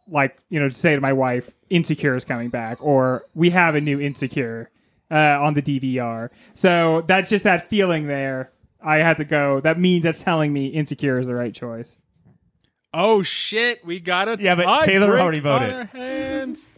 B: like, you know, to say to my wife, Insecure is coming back, or we have a new Insecure uh, on the DVR. So that's just that feeling there. I had to go. That means that's telling me Insecure is the right choice.
A: Oh shit, we got a
C: Yeah, but
A: tie
C: Taylor
A: break
C: already voted.
A: on our hands.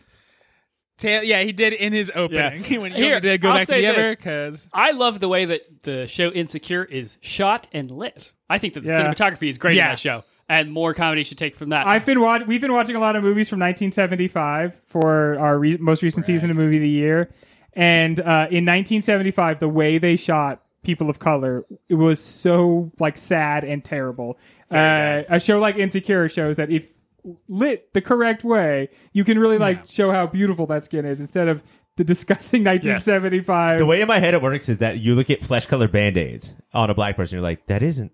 A: Ta- yeah, he did in his opening.
F: Yeah.
A: He went
F: Here,
A: Here, did go
F: I'll
A: back to
F: say
A: the
F: this.
A: ever because
F: I love the way that the show Insecure is shot and lit. I think that the
B: Yeah.
F: cinematography is great
A: Yeah.
F: in that show, and more comedy should take from that.
B: I've been watch- We've been watching a lot of movies from 1975 for our re- most recent season of Movie of the Year, and uh, in 1975, the way they shot People of Color, it was so like sad and terrible. Uh, a show like Insecure shows that if lit the correct way, you can really like show how beautiful that skin is instead of the disgusting 1975.
C: The way in my head it works is that you look at flesh colored band aids on a black person, you're like, that isn't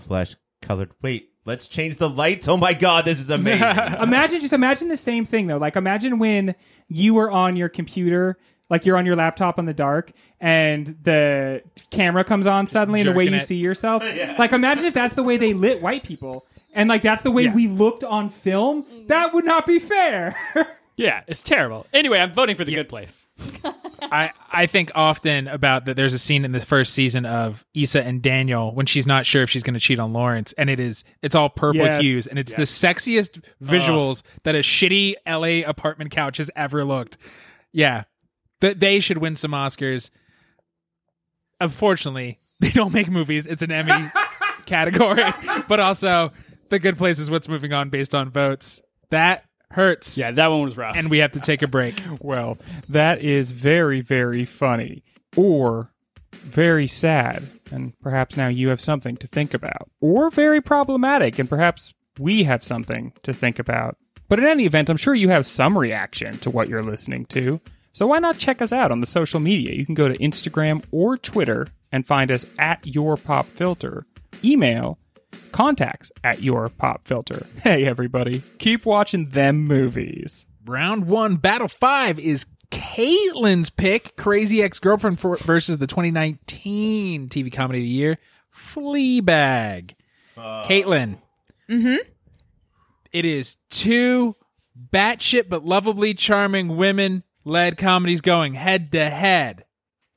C: flesh colored. Wait, let's change the lights. Oh my god, this is amazing.
B: imagine just imagine the same thing though like imagine when you were on your computer like you're on your laptop in the dark and the camera comes on suddenly and the way
A: jerking
B: you
A: it.
B: see yourself like imagine if that's the way they lit white people and like that's the way we looked on film that would not be fair
F: yeah, it's terrible. Anyway, I'm voting for the good place.
A: I, I think often about that there's a scene in the first season of Issa and Daniel when she's not sure if she's going to cheat on Lawrence and it is it's all purple
B: Yes.
A: hues and it's the sexiest visuals that a shitty LA apartment couch has ever looked. Yeah. That they should win some Oscars. Unfortunately, they don't make movies. It's an Emmy category, but also The Good Place is what's moving on based on votes. That hurts.
F: Yeah, that one was rough.
A: And we have to take a break.
H: Well, that is very, very funny or very sad. And perhaps now you have something to think about, or very problematic. And perhaps we have something to think about. But in any event, I'm sure you have some reaction to what you're listening to. So why not check us out on the social media? You can go to Instagram or Twitter and find us at Your Pop Filter. Email contacts at Your Pop Filter. Hey, everybody, keep watching them movies.
A: Round one, Battle Five is Caitlin's pick: Crazy Ex-Girlfriend for, versus the 2019 TV Comedy of the Year, Fleabag.
B: Uh,
A: Caitlin. Mm-hmm. is two batshit but lovably charming women-led comedies going head to head.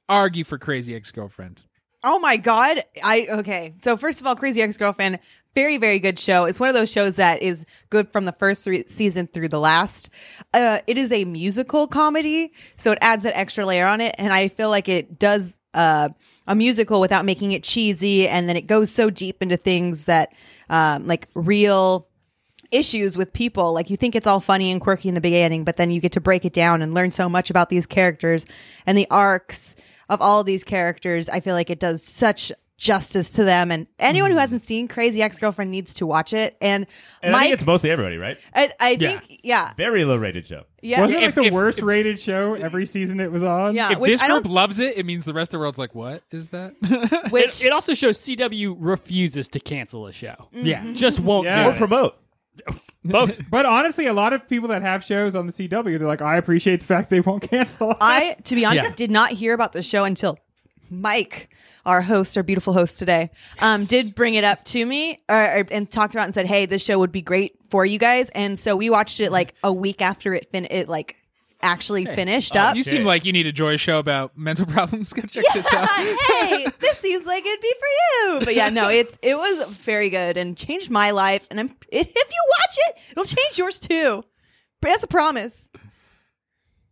A: Argue for Crazy Ex-Girlfriend.
E: Oh my god! I okay. So first of all, Crazy Ex-Girlfriend, very very good show. It's one of those shows that is good from the first re- season through the last. Uh, it is a musical comedy, so it adds that extra layer on it, and I feel like it does uh, a musical without making it cheesy, and then it goes so deep into things that um, like real issues with people. Like you think it's all funny and quirky in the beginning, but then you get to break it down and learn so much about these characters and the arcs of all these characters. I feel like it does such justice to them. And anyone who hasn't seen Crazy Ex Girlfriend needs to watch it. And,
C: and I
E: Mike,
C: think it's mostly everybody, right?
E: I, I think, yeah,
C: Very low rated show.
E: yeah,
B: wasn't it
E: yeah.
B: like
A: If-
B: the
A: if-
B: worst
A: if-
B: rated show every season it was on
E: yeah.
A: If
E: which
A: this
E: I
A: group
E: don't,
A: loves it, it means the rest of the world's like, "What is that?"
F: it,
E: which,
F: it also shows CW refuses to cancel a show.
A: yeah.
F: Just won't
B: Yeah.
C: Or
F: do it.
C: promote.
F: Both.
B: but honestly a lot of people that have shows on the cw they're like i appreciate the fact they won't cancel
E: I, to be honest,
A: Yeah.
E: did not hear about the show until Mike, our host, our beautiful host today, um, did bring it up to me or, or- and talked about it and said, "Hey, this show would be great for you guys." And so we watched it like a week after it fin it like actually finished up.
A: Oh, You seem like you need a joy show about mental problems. Go check this out.
E: hey, this seems like it'd be for you. But yeah, no, it's it was very good and changed my life. And I'm if you watch it, it'll change yours too. But That's a promise.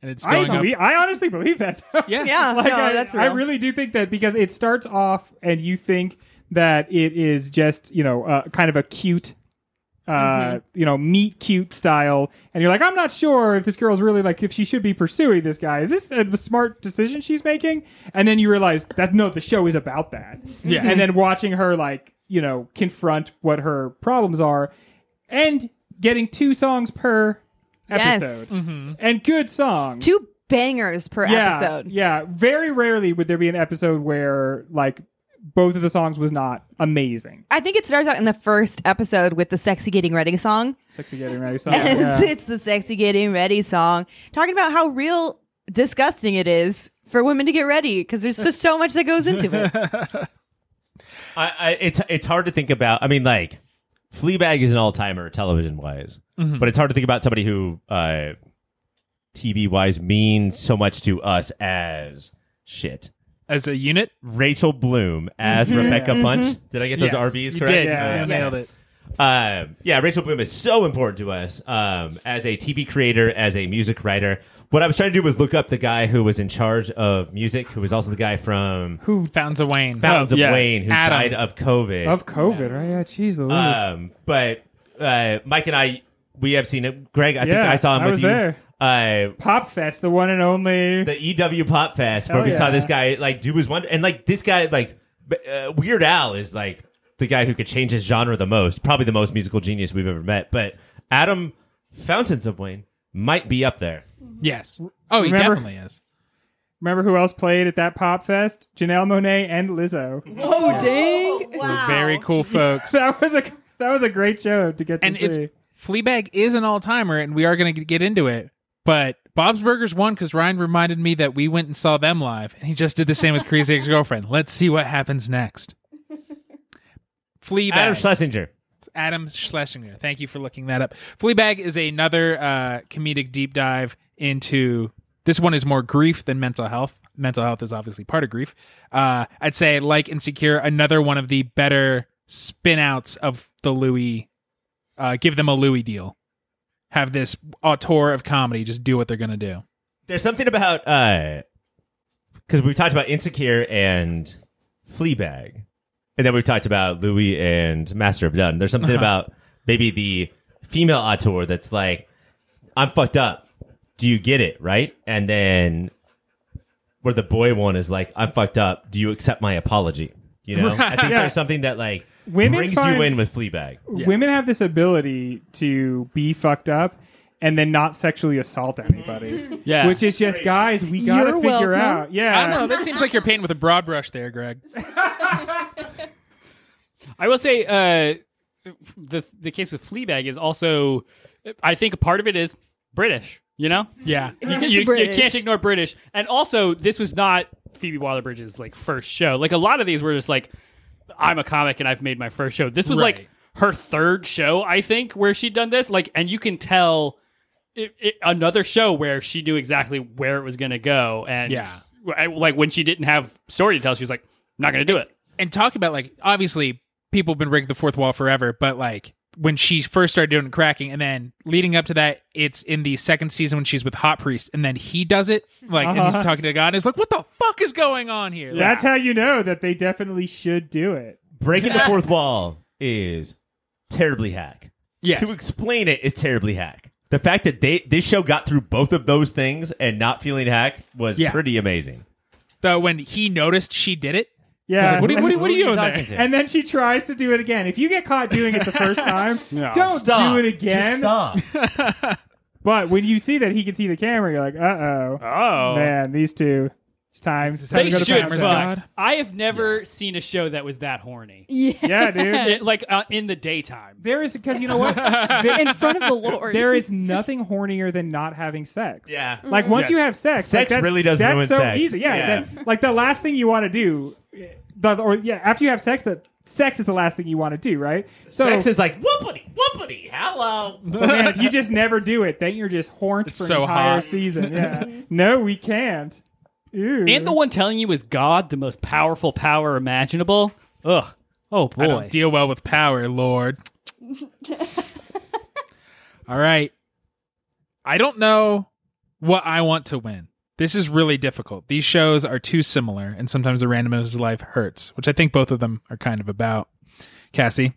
A: And it's
B: I,
A: going up.
B: believe, I honestly believe that though.
A: Yeah.
E: Yeah,
B: like
E: no,
B: I,
E: that's real.
B: I really do think that because it starts off and you think that it is just you know uh, kind of a cute uh
E: Mm-hmm.
B: you know meet cute style and you're like i'm not sure if this girl's really like if she should be pursuing this guy is this a smart decision she's making and then you realize that no the show is about that
A: Yeah.
B: and then watching her like you know confront what her problems are and getting two songs per
E: Yes.
B: episode
A: Mm-hmm.
B: and good songs
E: Two bangers per
B: yeah,
E: episode.
B: Yeah, very rarely would there be an episode where like both of the songs was not amazing.
E: I think it starts out in the first episode with the sexy getting ready song.
B: Sexy getting ready song.
E: And
B: Yeah.
E: it's, it's the sexy getting ready song, talking about how real disgusting it is for women to get ready because there's just so much that goes into it.
C: I, I, it's it's hard to think about. I mean, like Fleabag is an all timer television wise, but it's hard to think about somebody who uh, TV wise means so much to us as shit.
A: as a unit.
C: Rachel Bloom as Rebecca Punch. Did I get those
A: Yes,
C: RBs
A: you
C: correct?
A: did.
B: Yeah.
A: You
C: Uh,
A: nailed it.
C: um, yeah, Rachel Bloom is so important to us um, as a TV creator, as a music writer. What I was trying to do was look up the guy who was in charge of music, who was also the guy from
A: Who founds a Wayne?
C: Fountains
F: yeah.
C: of Wayne, who
A: Adam.
C: died of COVID.
B: Of COVID, right? Yeah, jeez Louise.
C: um, but uh, Mike and I, we have seen it. Greg, I think
B: Yeah,
C: I saw him
B: I
C: with
B: was
C: you.
B: there.
C: Uh,
B: Pop Fest, the one and only.
C: the EW Pop Fest where
B: Hell
C: we saw
B: yeah.
C: this guy like do his wonder, and like this guy like b- uh, Weird Al is like the guy who could change his genre the most, probably the most musical genius we've ever met. But Adam Fountains of Wayne might be up there.
A: Yes. Oh, he
B: Remember-
A: definitely is.
B: Remember who else played at that Pop Fest? Janelle Monet and Lizzo.
D: Oh, dang.
E: wow.
A: Very cool folks.
B: Oh. that was a that was a great show to get to
A: and
B: see.
A: it's Fleabag is an all timer, and we are going to get into it. But Bob's Burgers won because Ryan reminded me that we went and saw them live, and he just did the same with Crazy Ex Girlfriend. Let's see what happens next. Fleabag.
C: Adam Schlesinger.
A: Adam Schlesinger. Thank you for looking that up. Fleabag is another uh, comedic deep dive into. This one is more grief than mental health. Mental health is obviously part of grief. Uh, I'd say, like Insecure, another one of the better spin outs of the Louis, uh, give them a Louis deal. Have this auteur of comedy just do what they're going to do.
C: There's something about because we talked about Insecure and Fleabag, and then we talked about Louis and Master of None. There's
B: Uh-huh.
C: something about maybe the female auteur that's like, I'm fucked up. Do you get it right? And then where the boy one is like, I'm fucked up. Do you accept my apology? You know, I think
B: Yeah.
C: there's something that like
B: Women
C: brings
B: find-
C: you in with Fleabag.
B: Women have this ability to be fucked up and then not sexually assault anybody.
F: Yeah.
B: Which is just guys, we gotta
D: You're
B: figure
D: welcome.
B: out.
A: I don't know.
B: Yeah.
A: That seems like you're painting with a broad brush there, Greg.
F: I will say uh, the the case with Fleabag is also, I think a part of it is British. You know,
A: Yeah.
F: you,
D: It's
F: you- you
D: British.
F: can't ignore British. And also, this was not Phoebe Waller Bridge's like first show. Like a lot of these were just like, I'm a comic and I've made my first show. This was
A: Right.
F: like her third show, I think, where she'd done this. Like, and you can tell it, it, another show where she knew exactly where it was going to go. And
A: Yeah.
F: I- like when she didn't have story to tell, she was like, I'm not going to do it.
A: and talk about like obviously people have been rigging the fourth wall forever, but like when she first started doing cracking, and then leading up to that, it's in the second season when she's with Hot Priest, and then he does it like and he's
B: Uh-huh.
A: talking to God, and it's like, what the fuck is going on here? Like,
B: That's how you know that they definitely should do it.
C: Breaking the fourth wall is terribly hack.
A: yes.
C: to explain it is terribly hack. The fact that they this show got through both of those things and not feeling hack was
A: Yeah.
C: pretty amazing.
A: Though when he noticed she did it,
B: Yeah.
A: he's like, what are, you- what are, you- what are you
C: Who
A: doing
C: are you
A: there?
C: talking to?
B: and then she tries to do it again. If you get caught doing it the first time, don't
C: Stop.
B: do it again.
C: Just stop.
B: But when you see that he can see the camera, you're like, uh oh.
F: Oh.
B: Man, these two. It's time. It's time
F: They
B: to go to
F: should,
B: Pam's
F: fuck.
B: house.
A: God.
F: I have never seen a show that was that horny.
D: Yeah.
B: Yeah, dude.
F: It- like uh, in the daytime.
B: There is because you know what?
D: In front of the Lord.
B: there is nothing hornier than not having sex.
C: Yeah.
B: Like once
C: Yes.
B: you have sex, like,
C: Sex
B: that-
C: really does
B: that's
C: ruin
B: so
C: sex.
B: easy. Yeah.
C: Yeah.
B: that- like the last thing you want to do, the, or yeah, after you have sex, that sex is the last thing you want to do, right? So,
C: Sex is like whoopity whoopity. Hello.
B: but man, if you just never do it, then you're just horned for
A: so
B: an entire
A: hot.
B: season. Yeah. no, we can't. Ew.
F: And the one telling you is God, the most powerful power imaginable. Ugh. Oh
A: I
F: boy.
A: don't deal well with power, Lord. All right. I don't know what I want to win. This is really difficult. These shows are too similar, and sometimes the randomness of life hurts, which I think both of them are kind of about. Cassie,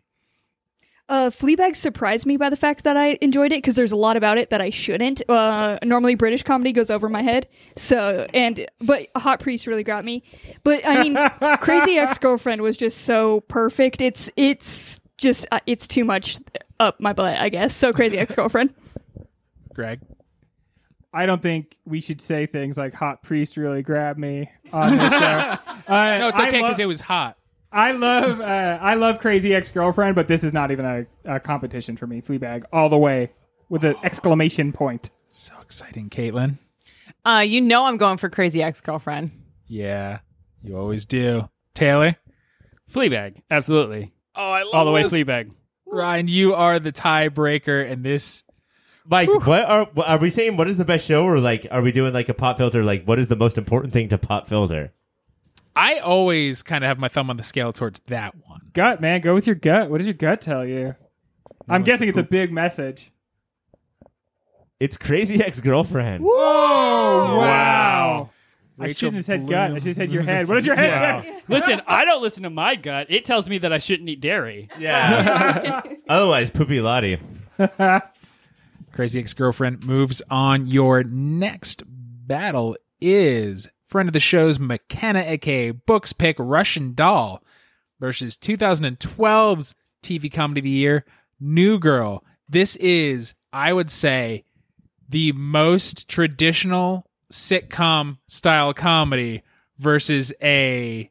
D: Uh, Fleabag surprised me by the fact that I enjoyed it because there's a lot about it that I shouldn't. Uh, normally British comedy goes over my head, so and but Hot Priest really got me. But I mean, Crazy Ex Girlfriend was just so perfect. It's it's just uh, it's too much up my butt, I guess. So Crazy Ex Girlfriend.
A: Greg,
B: I don't think we should say things like "hot priest really grabbed me" on the show. Uh,
A: no, it's okay
B: I
A: because
B: lo-
A: it was hot.
B: I love uh, I love Crazy Ex Girlfriend, but this is not even a, a competition for me. Fleabag all the way with an exclamation point.
A: So exciting, Caitlin.
E: Uh, you know I'm going for Crazy Ex Girlfriend.
A: Yeah, you always do. Taylor,
F: Fleabag, absolutely.
A: oh, I love
F: All the way
A: this.
F: Fleabag.
A: Ryan, you are the tiebreaker, and this
C: Like, what are what- are we saying? What is the best show, or like, are we doing like a pop filter? Like, what is the most important thing to pop filter?
A: I always kind of have my thumb on the scale towards that one.
B: Gut, man, go with your gut. What does your gut tell you? I'm guessing it's a big message.
C: It's Crazy Ex Girlfriend.
B: Whoa! Wow. I
A: Rachel
B: shouldn't have said
A: Bloom.
B: gut. I should have said your head. What does your head
F: Wow.
B: say?
F: Listen, I don't listen to my gut. It tells me that I shouldn't eat dairy.
C: Yeah. Otherwise, Poopy Lottie.
A: Crazy ex girlfriend moves on. Your next battle is friend of the show's McKenna, aka Books Pick Russian Doll, versus 2012's TV Comedy of the Year, New Girl. This is, I would say, the most traditional sitcom style comedy versus a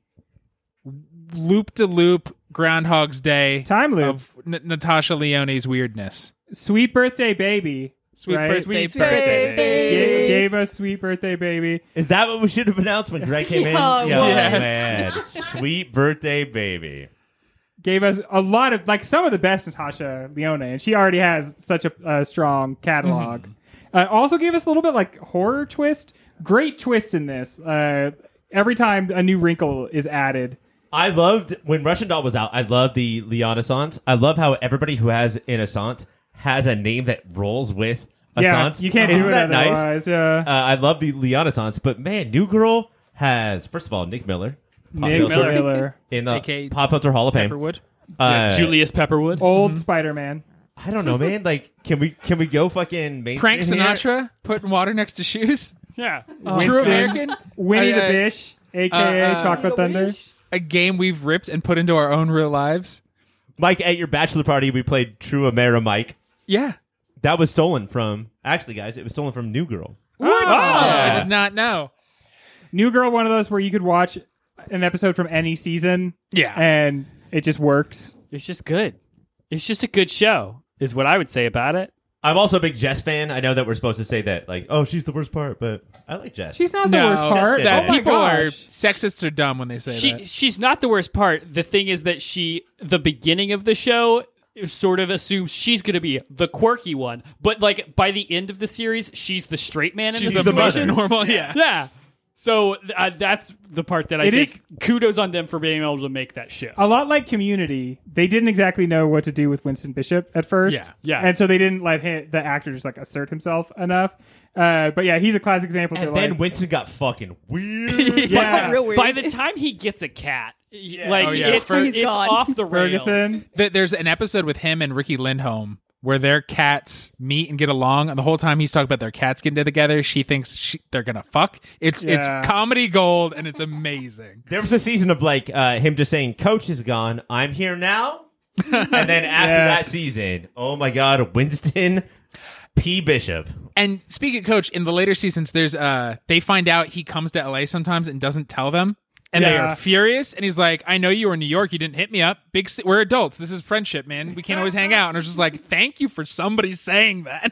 A: loop de loop Groundhog's Day
B: Time loop.
A: of N- Natasha Leone's weirdness.
B: Sweet birthday, baby.
A: Sweet
B: Right.
A: birthday,
F: Sweet
A: birthday.
F: birthday, baby.
B: Ga- gave us sweet birthday, baby.
C: Is that what we should have announced when Greg came in? Oh,
D: Yeah, it
A: Oh, Yes.
C: man. Sweet birthday, baby.
B: Gave us a lot of like some of the best Natasha Leone, and she already has such a uh, strong catalog.
A: Mm-hmm.
B: Uh, also gave us a little bit like horror twist. Great twist in this. Uh, every time a new wrinkle is added.
C: I loved when Russian Doll was out. I loved the Leonaissance. I love how everybody who has an Assant has a name that rolls with
B: Yeah,
C: Assant.
B: you can't
C: Isn't
B: do it
C: that nice?
B: otherwise. Yeah.
C: Uh, I love the Leonaissance, but man, New Girl has first of all Nick Miller, Pop
B: Nick
C: Filter
B: Miller,
C: in the
A: AKA
C: Pop Filter Hall of Fame.
A: Pepperwood.
C: Uh,
F: Julius Pepperwood.
A: Mm-hmm.
B: old Spider Man.
C: I don't know, man. Like, can we can we go fucking mainstream
A: Frank
C: here?
A: Sinatra putting water next to shoes.
F: Yeah.
A: True
B: Winston.
A: American.
B: Winnie
A: I-
B: the
A: I-
B: Bish, aka
A: uh,
B: Chocolate Thunder.
A: A game we've ripped and put into our own real lives.
C: Mike, at your bachelor party, we played True Amera Mike.
A: Yeah.
C: That was stolen from actually, guys. It was stolen from New Girl.
A: I
C: Yeah.
A: did not know.
B: New Girl, one of those where you could watch an episode from any season
A: Yeah.
B: and it just works.
F: It's just good. It's just a good show, is what I would say about it.
C: I'm also a big Jess fan. I know that we're supposed to say that, like, oh, she's the worst part, but I like Jess.
B: She's not the
A: No,
B: worst part.
C: That's
A: that
B: Oh my
A: people are
B: gosh.
A: sexists are dumb when they say
F: She
A: that.
F: she's not the worst part. The thing is that she the beginning of the show sort of assumes she's going to be the quirky one, but like by the end of the series, she's the straight man in
A: She's
F: the
A: the most
F: situation.
A: normal. Yeah.
F: Yeah. So th- uh, that's the part that I
B: It
F: think
B: is-
F: kudos on them for being able to make that shift.
B: A lot like Community, they didn't exactly know what to do with Winston Bishop at first.
A: Yeah,
F: yeah.
B: And so they didn't let him, the actor just like assert himself enough. Uh, but yeah, he's a classic example.
C: and
B: to,
C: then
B: like,
C: Winston got fucking weird.
B: yeah,
D: Real weird.
F: By the time he gets a cat, like
A: Oh, yeah.
F: it's,
A: Fer-
F: it's
D: He's gone.
F: off the rails.
B: Ferguson.
A: Th- There's an episode with him and Ricky Lindholm where their cats meet and get along, and the whole time he's talking about their cats getting together, she thinks she, they're gonna fuck. It's
B: Yeah.
A: it's comedy gold, and it's amazing.
C: There was a season of like uh, him just saying, "Coach is gone. I'm here now." and then after
B: Yeah.
C: that season, oh my God, Winston P. Bishop.
A: And speaking of coach, in the later seasons, there's uh they find out he comes to LA sometimes and doesn't tell them, and they
B: Yeah.
A: are furious. And he's like, "I know you were in New York. You didn't hit me up. Big, ci- we're adults. This is friendship, man. We can't always hang out." And I was just like, "Thank you for somebody saying that."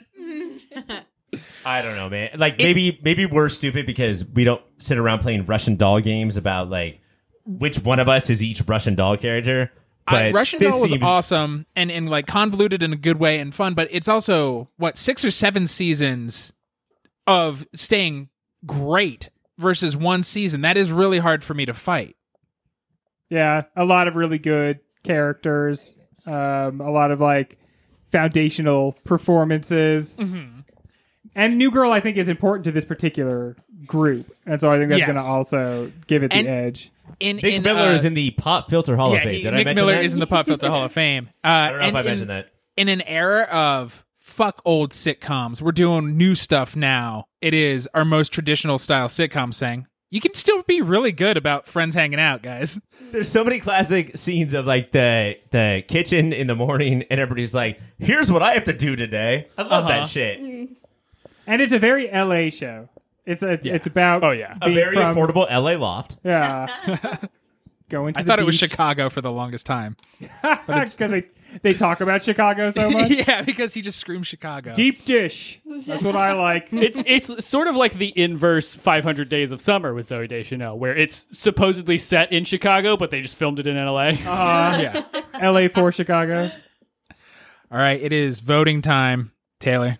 C: I don't know, man. Like maybe maybe we're stupid because we don't sit around playing Russian doll games about like which one of us is each Russian doll character. But
A: I, Russian
C: this
A: Doll was
C: seems-
A: awesome and and like convoluted in a good way and fun, but it's also what six or seven seasons of staying great versus one season. That is really hard for me to fight.
B: Yeah, a lot of really good characters. Um, a lot of like foundational performances.
F: Mm-hmm.
B: And New Girl, I think, is important to this particular group, and so I think that's
A: Yes.
B: going to also give it the
A: And-
B: edge.
A: In
C: Nick
A: in,
C: Miller
A: uh,
C: is in the Pop Filter Hall
A: yeah,
C: of Fame.
A: he-
C: Oh, Did I
A: Nick
C: mention
A: Miller
C: that?
A: is in the Pop Filter Hall of Fame. Uh,
C: I don't know if
A: and
C: I
A: in-
C: mentioned that.
A: in an era of fuck old sitcoms, we're doing new stuff now. It is our most traditional style sitcom saying. You can still be really good about friends hanging out, guys.
C: There's so many classic scenes of like the the kitchen in the morning, and everybody's like, "Here's what I have to do today." I love that shit.
B: And it's a very LA show. It's a, it's about
F: Oh, yeah.
B: being
C: A very
B: from-
C: affordable LA loft.
B: yeah go into.
A: I
B: the
A: thought it was
B: beach.
A: Chicago for the longest time.
B: because they they talk about Chicago so much.
A: yeah, because he just screamed Chicago.
B: Deep dish. That's what I like.
F: it's it's sort of like the inverse 500 Days of Summer with Zoe Deschanel, where it's supposedly set in Chicago, but they just filmed it in L.A.
A: Oh, yeah.
B: L.A. for Chicago.
A: All right, it is voting time. Taylor.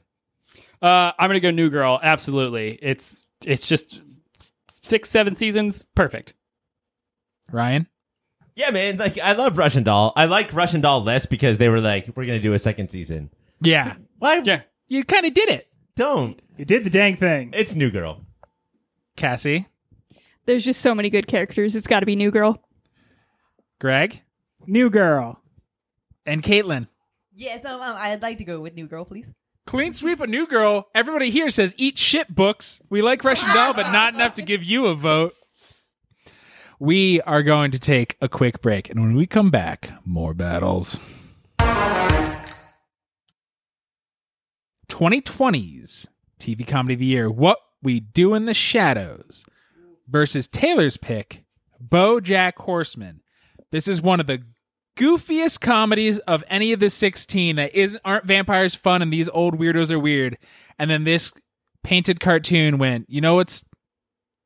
F: Uh, I'm gonna go New Girl. Absolutely, it's it's just six, seven seasons, perfect.
A: Ryan.
C: Yeah, man. Like I love Russian Doll. I like Russian Doll less because they were like, we're gonna do a second season.
A: Yeah.
C: Why?
F: Yeah.
A: You kind of did it,
C: Don't.
B: You did the dang thing.
C: It's New Girl.
A: Cassie.
D: There's just so many good characters. It's got to be New Girl.
A: Greg
B: New girl.
A: and Caitlin.
E: Yes, um, um, I'd like to go with New Girl, please.
A: Clean sweep a new girl. Everybody here says eat shit books. We like Russian doll, but not enough to give you a vote. We are going to take a quick break, and when we come back, more battles. 2020's TV Comedy of the Year What We Do in the Shadows versus Taylor's pick, Bojack Horseman. This is one of the goofiest comedies of any of the 16 that isn't aren't vampires fun and these old weirdos are weird and then this painted cartoon went you know what's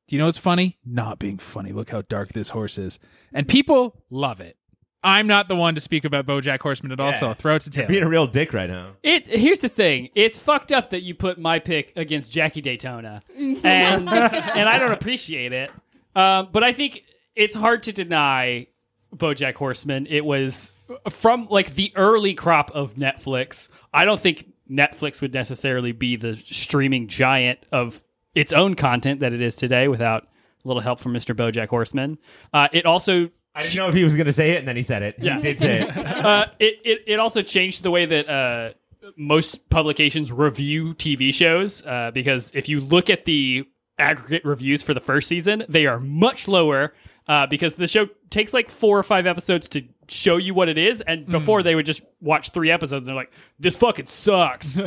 A: you know what's funny not being funny look how dark this horse is and people love it i'm not the one to speak about bojack horseman at all so
C: Yeah.
A: i'll throw it to taylor
C: Being a real dick right now.
F: It here's the thing. It's fucked up that you put my pick against Jackie Daytona, and and I don't appreciate it. Um, but I think it's hard to deny BoJack Horseman. It was from like the early crop of Netflix. I don't think Netflix would necessarily be the streaming giant of its own content that it is today without a little help from Mr. BoJack Horseman. Uh, it also
C: I didn't know if he was gonna say it, and then he said it.
F: Yeah.
C: He did say it.
F: uh, it, it it also changed the way that uh, most publications review TV shows uh, because if you look at the aggregate reviews for the first season, they are much lower uh, because the show takes like four or five episodes to show you what it is, and before they would just watch three episodes and they're like, "This fucking sucks."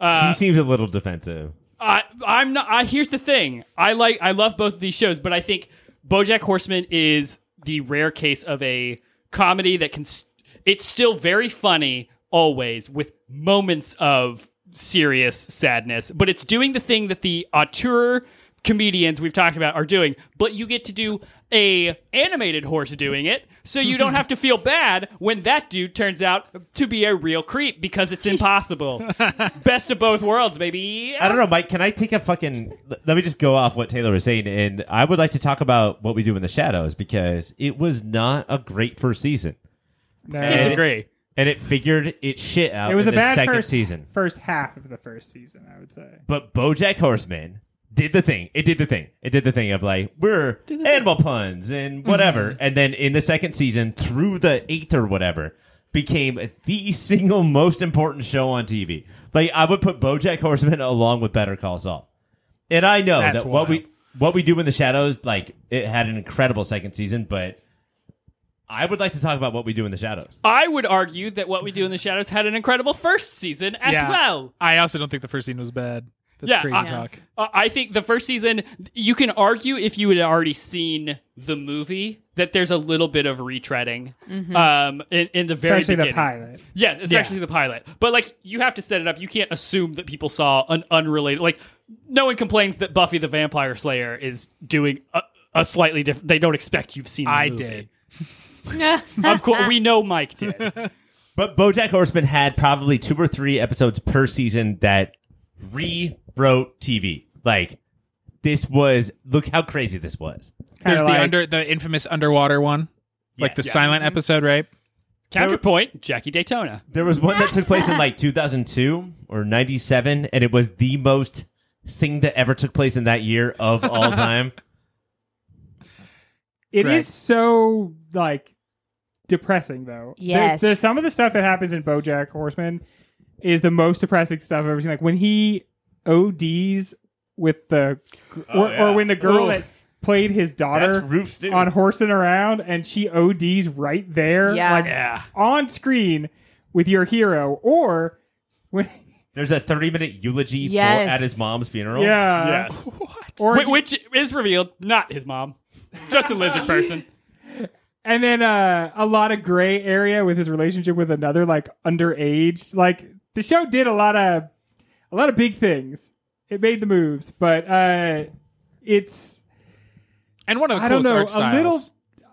C: he seems a little defensive.
F: I I'm not. I, here's the thing. I like. I love both of these shows, but I think BoJack Horseman is the rare case of a comedy that can. St- it's still very funny always with moments of serious sadness, but it's doing the thing that the auteur comedians we've talked about are doing, but you get to do a animated horse doing it, so you don't have to feel bad when that dude turns out to be a real creep because it's impossible. Best of both worlds, baby.
C: I don't know, Mike. Can I take a fucking? l- Let me just go off what Taylor was saying, and I would like to talk about what we do in the shadows because it was not a great first season,
B: No.
F: Disagree.
C: and it figured its shit out.
B: It was a
C: in the
B: bad
C: second
B: first
C: season.
B: First half of the first season, I would say.
C: But BoJack Horseman did the thing. It did the thing. It did the thing of like we're animal puns and whatever.
B: Mm-hmm.
C: And then in the second season, through the eighth or whatever, became the single most important show on TV. Like I would put BoJack Horseman along with Better Call Saul. And I know
A: That's
C: that
A: wild.
C: what we what we do in the shadows, like it had an incredible second season, but. I would like to talk about what we do in the shadows.
F: I would argue that What We Do in the Shadows had an incredible first season as
A: Yeah.
F: well.
A: i also don't think the first scene was bad that's
F: Yeah,
A: crazy
F: I-
A: talk
F: Uh, I think the first season, you can argue if you had already seen the movie that there's a little bit of retreading um, in, in the very
B: Especially the
F: beginning.
B: pilot.
F: Yeah, especially the pilot. But like, you have to set it up. You can't assume that people saw an unrelated. Like, no one complains that Buffy the Vampire Slayer is doing a, a slightly different. They don't expect you've seen. The
A: I
F: movie.
A: did.
F: Of course, we know Mike did.
C: But BoJack Horseman had probably two or three episodes per season that rewrote TV. Like this was look how crazy this was.
B: Kinda
A: there's
B: like-
A: the under the infamous underwater one like the
C: Yes.
A: silent
F: Mhm.
A: episode right
F: Counterpoint: Jackie Daytona.
C: There was one that took place in like 2002 or 97 and it was the most thing that ever took place in that year of all time.
B: It
A: Correct.
B: is so like depressing though. There's,
E: Yes.
B: there's some of the stuff that happens in BoJack Horseman is the most depressing stuff I've ever seen. Like when he ODs with the, gr- or,
C: Oh, yeah.
B: or when the girl
F: Ooh.
B: that played his daughter
C: That's Roof Stew.
B: on horsing around and she ODs right there,
E: Yeah.
B: like
F: Yeah.
B: on screen with your hero, or when
C: There's a 30 minute eulogy
E: Yes.
C: for, at his mom's funeral.
A: Uh,
B: yeah,
F: Yes.
B: or
F: Wh- which is revealed not his mom, just a lizard person.
B: and then uh, a lot of gray area with his relationship with another like underage. Like the show did a lot of a lot of big things. It made the moves, but uh, it's
A: And one of the
B: I don't
A: coolest
B: know,
A: art styles
B: a little-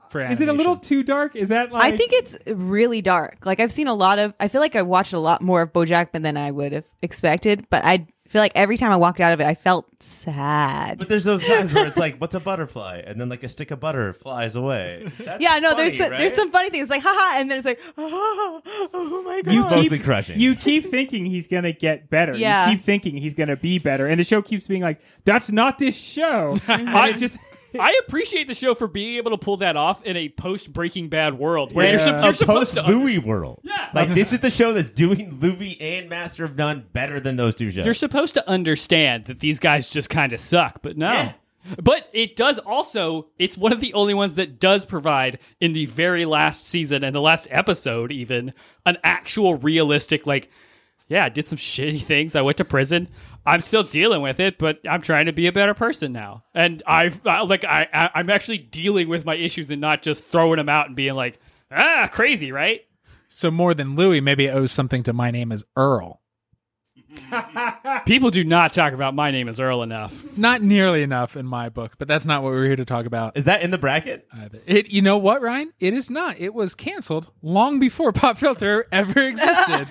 A: for
B: is it a little
A: animation.
B: too dark? Is that like
E: I think it's really dark. Like I've seen a lot of. I feel like I watched a lot more of BoJack than I would have expected. But I feel like every time I walked out of it, I felt sad.
C: But there's those times where it's like, what's a butterfly? And then like a stick of butter flies away. That's
E: yeah, no, there's
C: funny,
E: so- there's
C: right?
E: some funny things like haha, and then it's like oh, oh my god.
B: you
C: It's mostly
B: keep
C: crushing.
B: You keep thinking he's gonna get better.
E: Yeah.
B: You keep thinking he's gonna be better, and the show keeps being like, "That's not this show." I
F: I-
B: just
F: I appreciate the show for being able to pull that off in a post Breaking Bad world where
B: Yeah.
F: you're, sup-
B: A
F: you're
C: a
F: supposed
C: post
F: to
C: Louis world.
F: Yeah.
C: Like this is the show that's doing Louis and Master of None better than those two shows.
F: You're supposed to understand that these guys just kind of suck, but no.
C: Yeah.
F: But it does also, it's one of the only ones that does provide in the very last season and the last episode, even an actual realistic, like, yeah, I did some shitty things. I went to prison. I'm still dealing with it, but I'm trying to be a better person now. And I've, I, like, I, I, I'm actually dealing with my issues and not just throwing them out and being like, ah, crazy, right?
A: So more than Louis, maybe it owes something to my name is Earl.
F: People do not talk about my name is Earl enough.
A: Not nearly enough in my book, but that's not what we're here to talk about.
C: is that in the bracket?
F: Uh,
A: either. It, you know what, Ryan? It is not. It was canceled long before Pop Filter ever existed.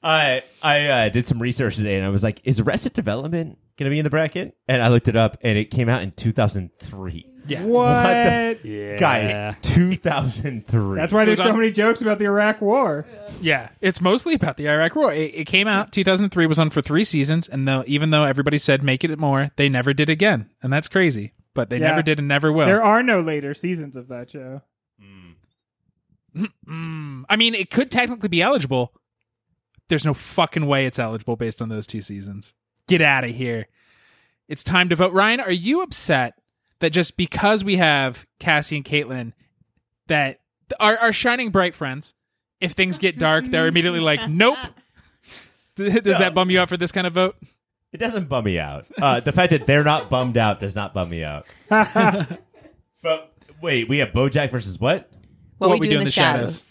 C: I I uh, did some research today and I was like, is Arrested Development gonna be in the bracket? And I looked it up and it came out in 2003.
A: yeah.
B: what?
C: the-
F: Yeah.
C: Guys, 2003.
B: That's why there's
A: It was
B: so
A: on-
B: many jokes about the Iraq War.
A: Yeah, it's mostly about the Iraq War. It, it came out 2003, was on for three seasons, and though even though everybody said make it more, they never did again, and that's crazy. But they
B: Yeah.
A: never did and never will.
B: There are no later seasons of that show.
A: Mm. I mean, it could technically be eligible. There's no fucking way it's eligible based on those two seasons. Get out of here. It's time to vote. Ryan, are you upset that just because we have Cassie and Caitlin, that th- our, our shining bright friends, if things get dark, they're immediately like, nope. D- Does that bum you out for this kind of vote?
C: It doesn't bum me out. Uh, the fact that they're not bummed out does not bum me out. but wait, we have BoJack versus what?
A: What We Do in the Shadows.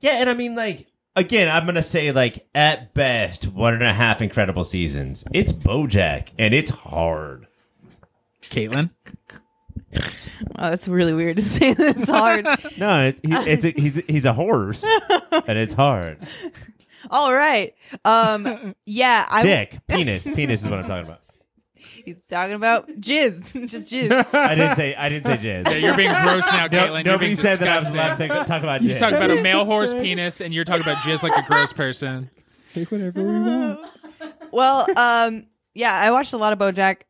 C: Yeah, and I mean, like, again, I'm gonna say, like, at best, one and a half incredible seasons. It's BoJack, and it's hard.
A: Caitlin?
E: Oh, that's really weird to say. That's hard.
C: No, it, he, it's a, he's he's a horse, and it's hard.
E: All right. Um. Yeah. I.
C: Dick, penis, penis is what I'm talking about.
E: He's talking about jizz. Just jizz.
C: I didn't say I didn't say
A: Yeah,
C: jizz.
A: you're being gross now,
C: No-
A: Caitlin. you're
C: nobody
A: being
C: said that I was
A: disgusting.
C: allowed to talk about
A: you talk
C: jizz.
A: about a male horse penis, and you're talking about jizz like a gross person.
B: Say whatever we want.
E: well. Um. Yeah. I watched a lot of BoJack.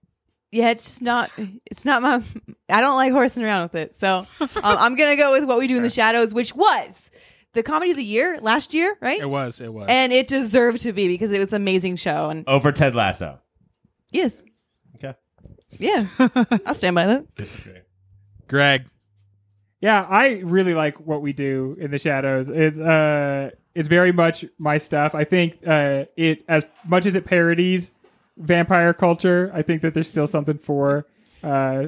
E: Yeah. It's just not. It's not my. I don't like horsing around with it. So um, I'm gonna go with what we do in the shadows, which was the comedy of the year last year, right?
A: It was. It was.
E: and it deserved to be because it was an amazing show.
A: Oh.
E: And
C: Over Ted Lasso.
E: yes,
C: Okay,
E: yeah, I'll stand by that.
C: disagree.
A: Greg.
B: Yeah, I really like what we do in the shadows. It's uh, it's very much my stuff. I think uh, it as much as it parodies vampire culture, I think that there's still something for uh,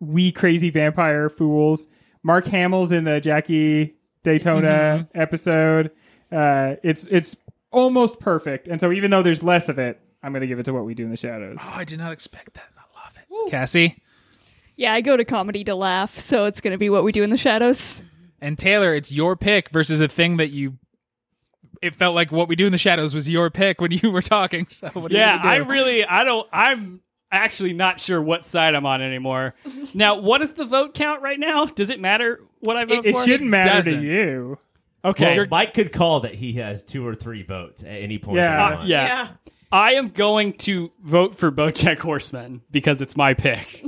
B: we crazy vampire fools. Mark Hamill's in the Jackie Daytona episode. Uh, it's it's almost perfect, and so even though there's less of it, I'm gonna give it to what we do in the shadows.
A: Oh, I did not expect that. I love it. Cassie
D: Yeah, I go to comedy to laugh, so it's going to be what we do in the shadows.
A: and Taylor, it's your pick versus a thing that you. It felt like what we do in the shadows was your pick when you were talking. So what are you
F: yeah,
A: gonna
F: I
A: do?
F: really, I don't, I'm actually not sure what side I'm on anymore. now, what is the vote count right now? Does it matter what I vote
B: It
F: for?
B: shouldn't matter
A: doesn't.
B: to you.
F: Okay.
C: Well, Mike could call that he has two or three votes at any point.
B: Yeah.
C: he
F: Uh,
C: wants.
F: yeah. I am going to vote for Bojack Horseman because it's my pick.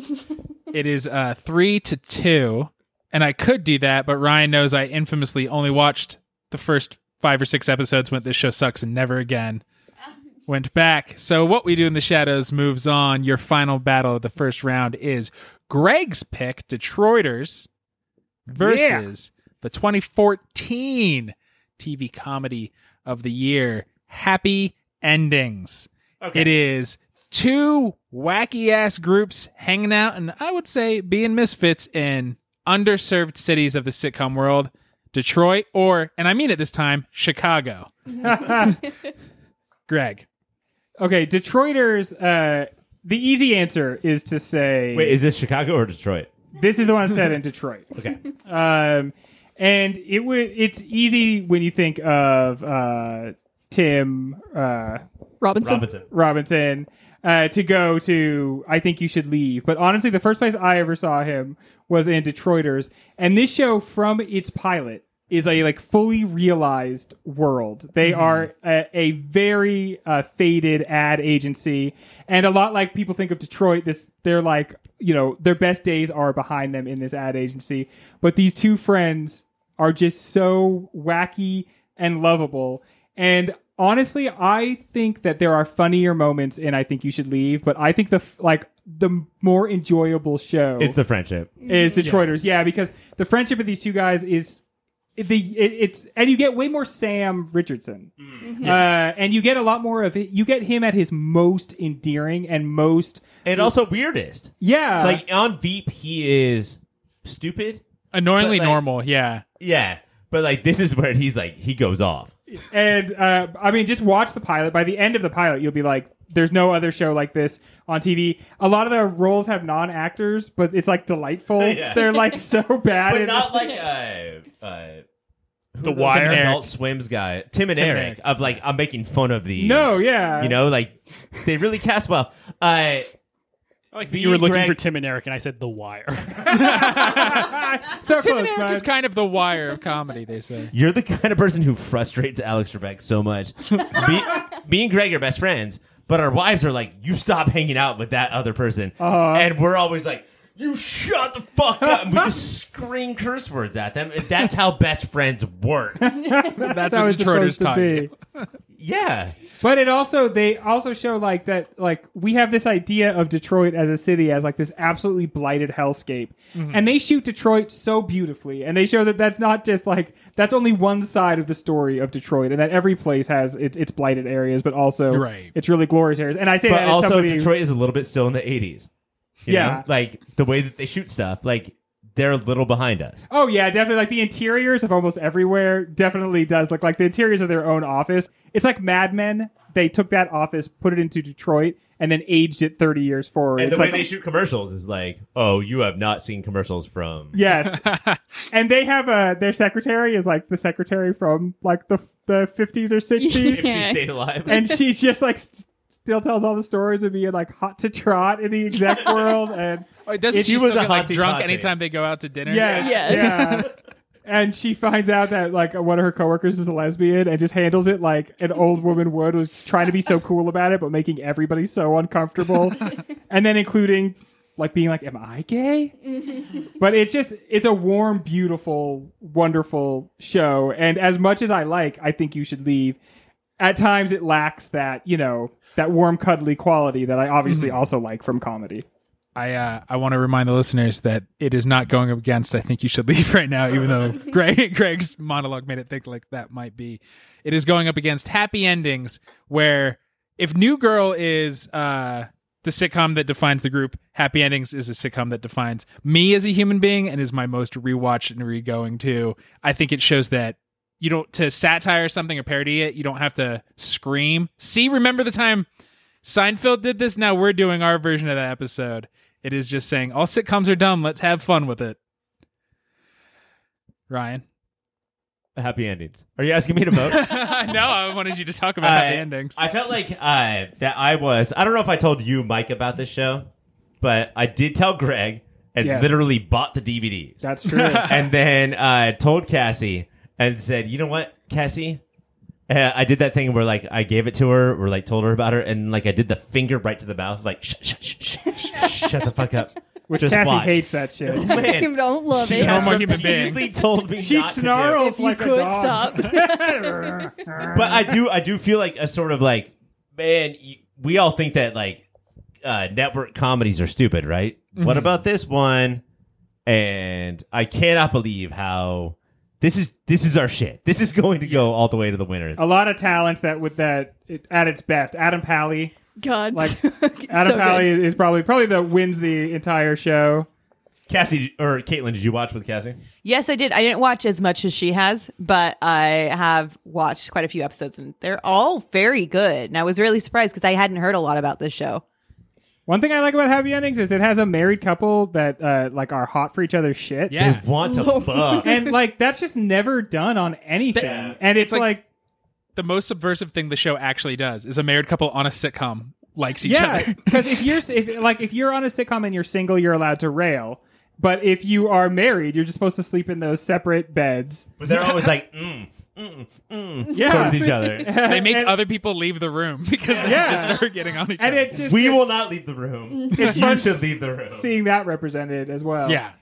A: It is uh, three to two, and I could do that, but Ryan knows I infamously only watched the first five or six episodes. Went this show sucks and never again. Went back. So what we do in the shadows moves on. Your final battle of the first round is Greg's pick, Detroiters, versus the 2014 TV comedy of the year, Happy Endings. It is two wacky ass groups hanging out and I would say being misfits in underserved cities of the sitcom world Detroit, or, and I mean it this time, Chicago. Greg.
B: Okay, Detroiters. Uh, the easy answer is to say
C: Wait, is this Chicago or Detroit?
B: this is the one set in Detroit.
C: Okay.
B: Um, and it would. It's easy when you think of uh, Tim uh,
D: Robinson.
C: Robinson.
B: Robinson uh, to go to. I think you should leave. But honestly, the first place I ever saw him was in Detroiters, and this show from its pilot is a like fully realized world. They are a, a very uh, faded ad agency, and a lot like people think of Detroit. This they're like you know their best days are behind them in this ad agency, but these two friends are just so wacky and lovable. And honestly, I think that there are funnier moments in I Think You Should Leave, but I think the f- like the more enjoyable show
C: It's the friendship.
B: is Detroiters. Yeah. because the friendship of these two guys is the it, it's and you get way more Sam Richardson, uh, and you get a lot more of it. You get him at his most endearing and most
C: And also weirdest.
B: yeah
F: Uh,
C: like on Veep, he is stupid.
A: Annoyingly
C: But, like-
A: normal, yeah.
C: Yeah. But like this is where he's like he goes off.
B: and uh, I mean, just watch the pilot. By the end of the pilot, you'll be like, "There's no other show like this on TV." A lot of the roles have non actors, but it's like delightful.
C: Yeah.
B: They're like so bad.
C: But
B: and-
C: not like uh uh
F: The
C: Tim
F: Wire.
C: and Adult Swim's guy, Tim and
A: Tim and
C: Eric,
A: Eric.
C: of like I'm making fun of these.
B: no, yeah,
C: you know, like they really cast well. Uh,
F: I like
C: that
F: you were looking
C: Greg-
F: for Tim and Eric, and I said The Wire.
B: so
A: Tim
B: close.
A: and Eric
B: bud.
A: is kind of the wire of comedy, they say.
C: you're the kind of person who frustrates Alex Trebek so much. me, me and Greg are best friends, but our wives are like, "You stop hanging out with that other person,"
B: Uh-huh.
C: and we're always like. You shut the fuck up! And we just scream curse words at them. That's how best friends work.
A: That's
B: That's how
A: what
B: it's
A: Detroiters
B: supposed to
A: taught you.
B: be.
C: Yeah,
B: But it also they also show like that like we have this idea of Detroit as a city as like this absolutely blighted hellscape.
C: Mm-hmm.
B: And they shoot Detroit so beautifully and they show that that's not just like that's only one side of the story of Detroit and that every place has its, its blighted areas but also
A: Right.
B: its really glorious areas. And I say
C: but
B: that as
C: also
B: somebody
C: Detroit is a little bit still in the '80s. You
B: Yeah.
C: know? like the way that they shoot stuff, like they're a little behind us.
B: Oh yeah, definitely. Like the interiors of almost everywhere definitely does look like the interiors of their own office. It's like Mad Men. They took that office, put it into Detroit, and then aged it thirty years forward.
C: And
B: It's
C: the way
B: like-
C: they shoot commercials is like, oh, you have not seen commercials from.
B: Yes, and they have a their secretary is like the secretary from like the the fifties or sixties,
C: If she stayed alive.
B: and she's just like s still tells all the stories of being like hot to trot in the exec world, and
A: Oh, doesn't
B: If
A: she
B: you
A: still
C: was a
A: get like
C: hotsy
A: drunk
C: totsy.
A: anytime they go out to dinner?
B: yeah,
D: Yes.
B: yeah. And she finds out that like one of her coworkers is a lesbian, and just handles it like an old woman would, was just trying to be so cool about it, but making everybody so uncomfortable, and then including like being like, "Am I gay?" but it's just it's a warm beautiful wonderful show and as much as i like i think you should leave at times it lacks that you know that warm cuddly quality that i obviously
C: Mm.
B: also like from comedy
A: I uh, I want to remind the listeners that it is not going up against. I think you should leave right now, even though Greg Greg's monologue made it think like that might be. It is going up against Happy Endings, where if New Girl is uh, the sitcom that defines the group, Happy Endings is a sitcom that defines me as a human being and is my most rewatched and re-going to. I think it shows that you don't to satire something or parody it. You don't have to scream. See, remember the time Seinfeld did this. Now we're doing our version of that episode. It is just saying all sitcoms are dumb. Let's have fun with it. Ryan,
C: Happy endings. Are you asking me to vote?
A: no, I wanted you to talk about
C: Uh,
A: happy endings.
C: I felt like uh, that I was. I don't know if I told you, Mike, about this show, but I did tell Greg and
B: Yes.
C: literally bought the DVDs.
B: that's true
C: and then uh, told Cassie and said, "You know what, Cassie? Uh, I did that thing where like I gave it to her or like told her about her, and like I did the finger right to the mouth, like shh, shh, shh, shh, shh, shh, shut the fuck up."
B: which
C: Just
B: cassie
C: watch.
B: hates that shit
D: I
C: Man,
D: don't love
C: she
D: it.
A: No
C: has
A: more human being.
C: repeatedly told me
B: she
C: not to do it.
B: snarls
D: If you
B: like a
D: could
B: dog
D: stop.
C: but I do I do feel like a sort of like man you, we all think that like uh, network comedies are stupid right what about this one and I cannot believe how this is this is our shit this is going to go all the way to the winner
B: a lot of talent that with that it, at its best adam pally
D: God,
B: Like,
D: so,
B: adam
D: so
B: pally is probably probably the wins the entire show
C: Cassie or Caitlin, did you watch with Cassie?
E: Yes, I did. I didn't watch as much as she has, but I have watched quite a few episodes, and they're all very good. And I was really surprised because I hadn't heard a lot about this show.
B: One thing I like about Happy Endings is it has a married couple that uh, like are hot for each other's shit.
A: Yeah.
C: They want to fuck.
B: and like that's just never done on anything.
A: That-
B: and
A: it's
B: it's,
A: like-
B: like,
A: The most subversive thing the show actually does is a married couple on a sitcom likes each
B: yeah,
A: other.
B: because if you're if like if you're on a sitcom and you're single, you're allowed to rail. But if you are married, you're just supposed to sleep in those separate beds.
C: But they're always like, mm, mm, mm,
B: Yeah.
C: towards each other.
A: They make
B: And-
A: other people leave the room because they
B: Yeah.
A: just are getting on each
B: and
A: other.
B: it's just
C: We will not leave the room. It's you should leave the room.
B: seeing that represented as well.
A: yeah.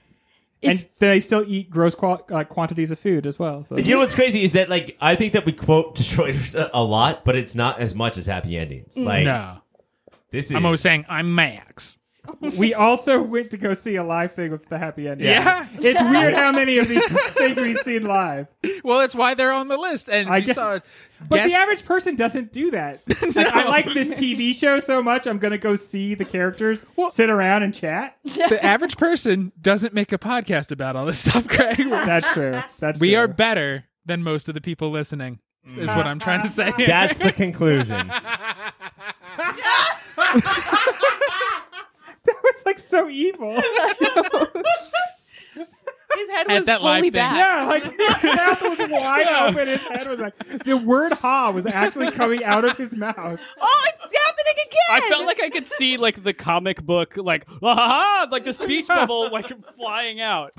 B: and they still eat gross qual- like quantities of food as well. So
C: You know what's crazy is that like I think that we quote Detroiters a- a lot, but it's not as much as happy endings. Like
A: No.
C: this is
A: I'm always saying I'm Max.
B: we also went to go see a live thing with the happy ending.
A: Yeah.
B: it's weird how many of these things we've seen live.
A: Well, that's why they're on the list. And
B: I
A: we
B: guess-
A: saw
B: But
A: guest-
B: the average person doesn't do that. Like, I like this TV show so much, I'm going to go see the characters, sit around and chat.
A: the average person doesn't make a podcast about all this stuff, Craig.
B: That's true. That's
A: We
B: true.
A: are better than most of the people listening. Is what I'm trying to say. here.
C: that's the conclusion.
B: That was like so evil.
E: His head
A: At
E: was
A: that live
E: fully
A: thing.
E: back.
B: Yeah, like his mouth was wide open. His head was like the word "ha" was actually coming out of his mouth.
E: Oh, it's happening
F: I
E: again.
F: felt like I could see like the comic book, like "Ah, ha ha, like the speech bubble, like flying out.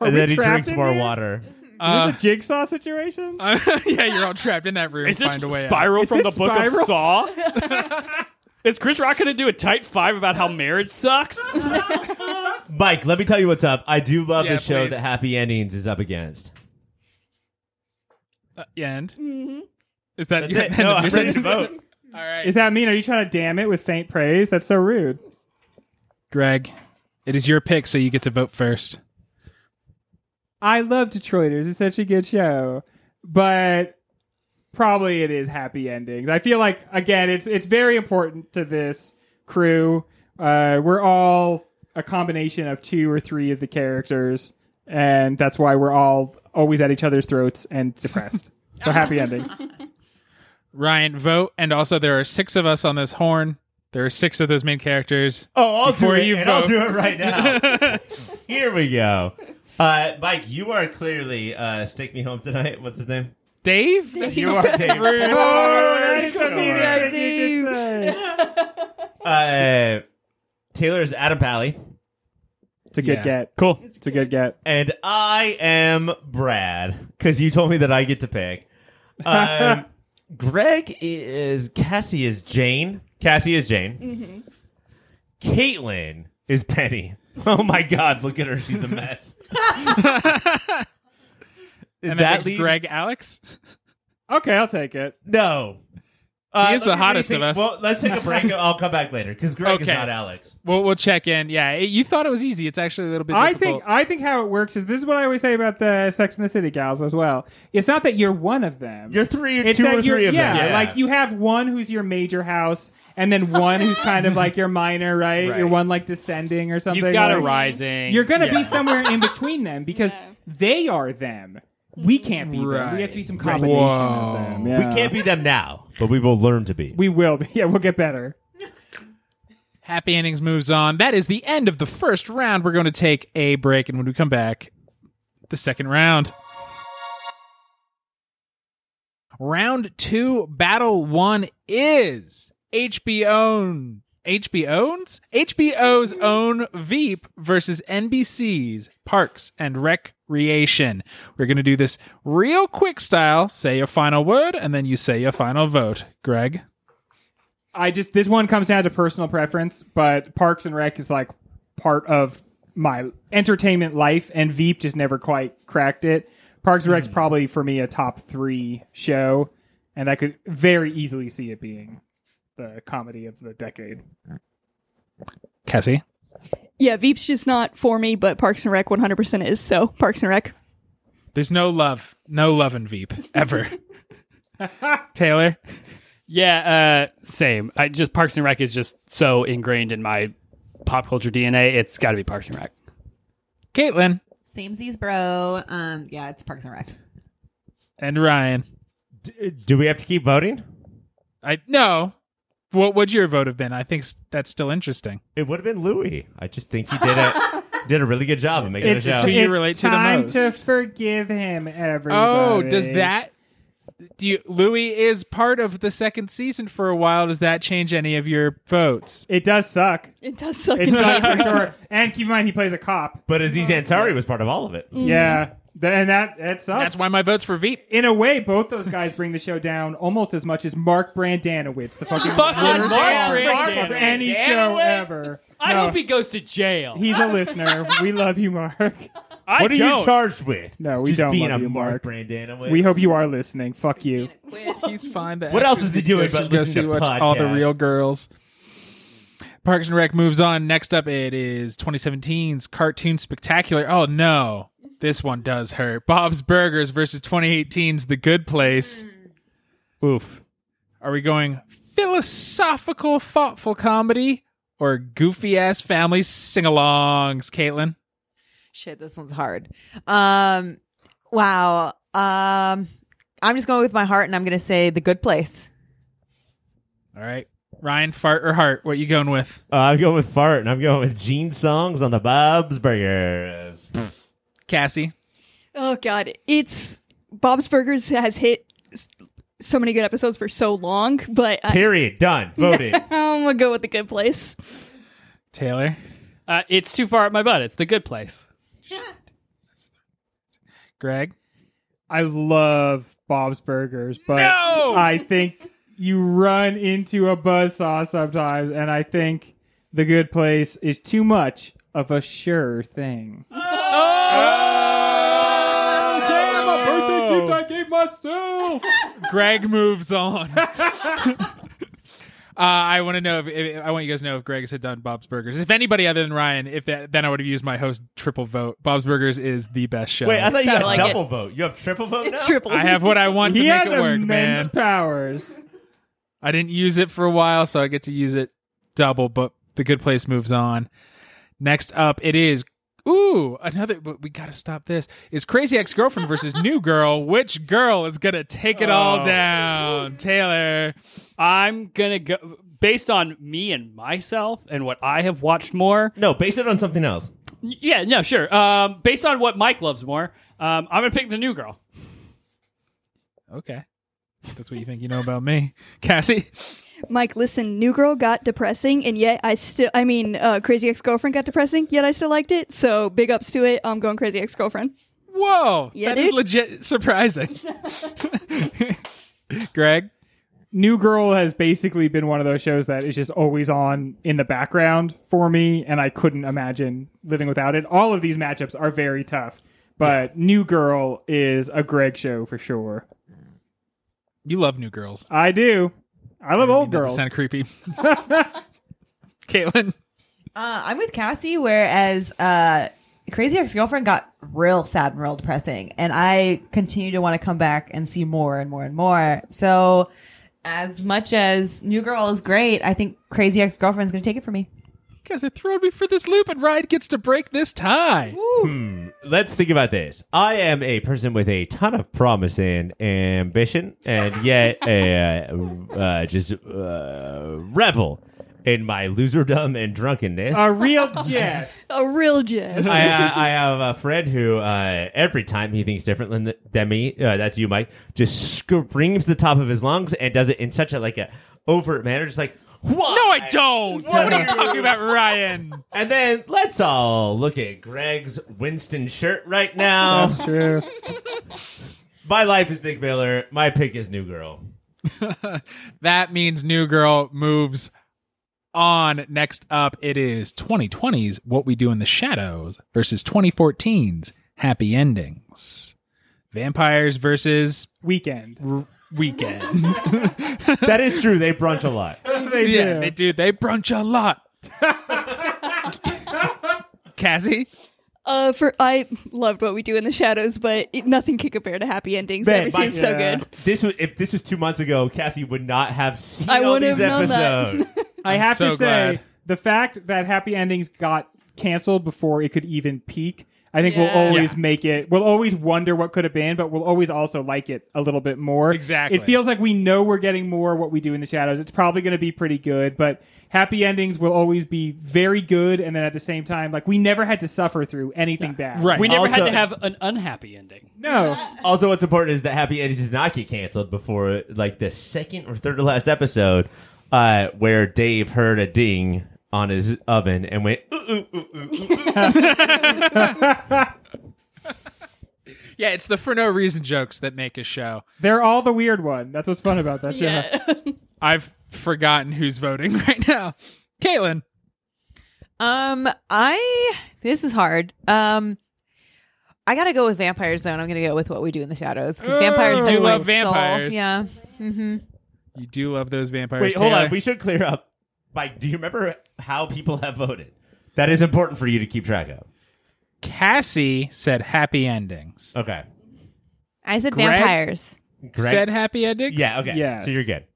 B: Are
C: and
B: we
C: then he
B: trapped
C: drinks
B: in
C: more
B: here?
C: water.
A: Uh,
B: Is this a jigsaw situation?
A: yeah, you're all trapped in that room.
F: Is this
A: Find a way out.
F: Spiral
B: Is
F: from
B: this
F: the book
B: Spiral?
F: of Saw? Is Chris Rock going to do a tight five about how marriage sucks?
C: Mike, let me tell you what's up. I do love
A: Yeah,
C: the show
A: please.
C: that Happy Endings is up against.
A: Uh, yeah, and is that
C: Mm-hmm. That's
A: your
C: it.
A: end
C: No,
A: of
C: I'm
A: your
C: ready to
A: sentence?
C: vote.
A: All right,
B: Is that mean? Are you trying to damn it with faint praise? That's so rude.
A: Greg. It is your pick, so you get to vote first.
B: I love Detroiters. It's such a good show, but probably it is happy endings. I feel like again, it's it's very important to this crew. Uh, we're all a combination of two or three of the characters, and that's why we're all always at each other's throats and depressed. so happy endings.
A: Ryan, vote, and also there are six of us on this horn. There are six of those main characters.
C: Oh, I'll
A: Before
C: do it.
A: you
C: and I'll
A: vote.
C: do it right now. Here we go. Uh, Mike, you are clearly uh, stick me home tonight. What's his name?
A: Dave,
C: You are David. uh, Taylor is Adam Pally,
B: It's a good
A: Yeah.
B: get.
F: Cool.
B: It's a good get.
C: and I am Brad because you told me that I get to pick. Um, Greg is Cassie is Jane. Cassie is Jane. Mm-hmm. Caitlin is Penny. Oh my God! Look at her; she's a mess.
A: and
C: That
A: that makes
C: leaves-
A: Greg Alex.
B: Okay, I'll take it.
C: No. Uh,
A: He is the
C: let me- what do you
A: hottest
C: think?
A: of us.
C: Well, let's take a break. and I'll come back later because Greg is
A: Okay.
C: not Alex.
A: We'll we'll check in. Yeah, it- you thought it was easy. It's actually a little bit.
B: I
A: difficult.
B: think I think how it works is this is what I always say about the Sex and the City gals as well. It's not that you're one of them.
C: You're three,
B: it's
C: two
B: that
C: or
B: you're-
C: three of
B: yeah,
C: them.
B: like you have one who's your major house, and then one who's kind of like your minor, right?
A: Right.
B: Your one like descending or something.
F: You've got a
B: like-
F: rising.
B: You're gonna
A: Yeah.
B: be somewhere in between them because
D: Yeah.
B: they are them. We can't be them. We have to be some combination
A: Whoa.
B: of them.
A: We
B: Yeah.
C: We can't be them now, but we will learn to be.
B: We will be. Yeah, we'll get better.
A: Happy Endings moves on. That is the end of the first round. We're going to take a break, and when we come back, the second round. Round two, battle one is HBO's HBO's HBO's own Veep versus NBC's Parks and Recreation. We're going to do this real quick style. Say your final word, and then you say your final vote. Greg,
B: I just this one comes down to personal preference, but Parks and Rec is like part of my entertainment life, and Veep just never quite cracked it. Parks and Rec's probably for me a top three show, and I could very easily see it being the comedy of the decade.
A: Cassie,
D: Yeah, Veep's just not for me, but Parks and Rec 100% is. So Parks and Rec.
A: There's no love, no love in Veep ever. Taylor,
F: Yeah, uh, same. I just Parks and Rec is just so ingrained in my pop culture DNA. It's got to be Parks and Rec.
A: Caitlin
E: Samesies, bro. Um, yeah, it's Parks and Rec.
A: and Ryan.
C: D- do we have to keep voting?
A: I no. What would your vote have been? I think s- that's still interesting.
C: It would have been Louis. I just think he did a did a really good job of making
A: It's
B: It's,
C: the show.
A: who you
B: it's
A: relate to the
B: time
A: most.
B: to forgive him, everybody.
A: Oh, does that? Do you, Louis is part of the second season for a while. Does that change any of your votes?
B: It does suck.
D: It does suck.
B: It
D: in my-
B: does for sure. And keep in mind, he plays a
A: Mm-hmm.
B: cop.
C: But Aziz Ansari was part of all of it.
B: Mm, Yeah, Th- and that that sucks.
A: That's why my vote's for Veep.
B: in a way, both those guys bring the show down almost as much as Mark Brandanowitz, the fucking
F: Fucking
B: worst
F: Mark
B: actor
F: Brandanowitz.
B: of any show ever.
F: I
B: No,
F: hope he goes to jail.
B: he's a listener. We love you, Mark.
F: I
C: What are
F: don't.
C: you charged with?
B: No, we
C: just
B: don't
C: being
B: love
C: a
B: you,
C: Mark
B: Mark.
C: Brandanowitz.
B: We hope you are listening. Fuck you.
A: He's fine. The
C: What else
A: actors
C: is he
A: that
C: doing
A: goes
C: but
A: go
C: listening
A: see
C: to
A: watch all the
C: podcasts?
A: real girls. Parks and Rec moves on. Next up, it is 2017's Cartoon Spectacular. Oh no, this one does hurt. Bob's Burgers versus 2018's The Good Place. Oof. Are we going philosophical, thoughtful comedy or goofy ass family sing-alongs, Caitlin?
E: Shit, this one's hard. Um, wow. Um, I'm just going with my heart, and I'm going to say The Good Place.
A: All right, Ryan, fart or heart? What you going with?
C: Uh, I'm going with Fart, and I'm going with Gene Songs on the Bob's Burgers.
A: Cassie.
D: Oh god, it's Bob's Burgers has hit s- so many good episodes for so long, but I,
C: Period. Done. Voted.
D: I'm gonna go with the good place.
A: Taylor.
F: Uh, it's too far up my butt. It's the good place.
A: Greg.
B: I love Bob's Burgers, but
A: No!
B: I think you run into a buzzsaw sometimes, and I think the good place is too much of a sure thing.
F: Oh!
B: Damn, a birthday gift I gave myself.
A: Greg moves on. uh, I want to know if, if I want you guys to know if Greg had done Bob's Burgers. If anybody other than Ryan, if that, then I would have used my host triple vote. Bob's Burgers is the best show.
C: Wait, I thought you had
D: Sounded like
C: double vote. You have triple
B: Oh,
C: vote
D: It's
C: now?
D: triple.
A: I have what I want to
B: he
A: make
B: has
A: it work,
B: immense
A: man.
B: powers.
A: I didn't use it for a while, so I get to use it double. But the good place moves on. Next up, it is ooh another. But we gotta stop this. Is Crazy Ex Girlfriend versus New Girl? Which girl is gonna take it all
F: Oh.
A: down, Taylor?
F: I'm gonna go based on me and myself and what I have watched more.
C: No, base it on something else.
F: N- Yeah, no, sure. Um, based on what Mike loves more, um, I'm gonna pick the new girl.
A: Okay. That's what you think you know about me. Cassie?
D: Mike, listen, New Girl got depressing, and yet I still, I mean, uh, Crazy Ex Girlfriend got depressing, yet I still liked it. So big ups to it. I'm going Crazy Ex Girlfriend.
A: Whoa.
D: Yeah,
A: that is
D: dude.
A: legit surprising. Greg?
B: New Girl has basically been one of those shows that is just always on in the background for me, and I couldn't imagine living without it. All of these matchups are very tough, but New Girl is a Greg show for sure.
A: You love new girls.
B: I do. I love old girls.
A: Sound creepy. Caitlin.
E: Uh, I'm with Cassie, whereas uh, Crazy Ex Girlfriend got real sad and real depressing, and I continue to want to come back and see more and more and more. So, as much as New Girl is great, I think Crazy Ex Girlfriend is going to take it for me.
A: You guys have thrown me for this loop and Ryan gets to break this tie.
C: Let's think about this. I am a person with a ton of promise and ambition, and yet uh, uh, just uh, revel in my loserdom and drunkenness.
B: a real Jess.
D: A real jazz.
C: I, uh, I have a friend who uh, every time he thinks different than, than me, uh, that's you, Mike, just screams the top of his lungs and does it in such a like a overt manner, just like what?
A: No, I don't. What are you talking about, Ryan?
C: And then let's all look at Greg's Winston shirt right now.
B: That's true.
C: My life is Nick Miller. My pick is New Girl.
A: That means New Girl moves on. Next up, it is 2020's What We Do in the Shadows versus 2014's Happy Endings. Vampires versus
B: Weekend.
A: Weekend.
C: That is true. They brunch a lot.
B: They
A: yeah,
B: do.
A: they do. They brunch a lot. Cassie?
D: Uh, for I loved what we do in the shadows, but it, nothing can compare to happy endings.
C: Man,
D: Every
C: my-
D: scene's so
B: yeah.
D: good.
C: This was if this was two months ago, Cassie would not have seen
D: I
C: all
D: would
C: these
D: have known that.
C: episodes.
B: I have
A: so
B: to say,
A: glad.
B: the fact that Happy Endings got canceled before it could even peak, I think
F: Yeah.
B: we'll always
A: Yeah.
B: make it. We'll always wonder what could have been, but we'll always also like it a little bit more.
A: Exactly.
B: It feels like we know we're getting more what we do in the shadows. It's probably going to be pretty good, but happy endings will always be very good. And then at the same time, like we never had to suffer through anything bad.
A: Right.
F: We never had
C: Also-
F: to have an unhappy ending.
B: No.
C: also, what's important is that Happy Endings did not get canceled before like the second or third to last episode, uh, where Dave heard a ding on his oven and went, ooh, ooh, ooh, ooh, ooh, ooh."
A: Yeah, it's the for no reason jokes that make a show.
B: They're all the weird one. That's what's fun about that show.
A: I've forgotten who's voting right now. Caitlin.
E: Um, I this is hard. Um, I gotta go with Vampire Zone. I'm gonna go with what we do in the shadows because vampires
A: you
E: touch my
A: love
E: soul.
A: vampires.
E: Yeah, hmm
A: You do love those vampires.
C: Wait, hold
A: Taylor.
C: on. We should clear up. Like, do you remember how people have voted? That is important for you to keep track of.
A: Cassie said happy endings.
C: Okay.
E: I said
A: Greg?
E: vampires.
C: Greg?
A: Said happy endings?
C: Yeah. Okay.
B: Yes.
C: So you're good.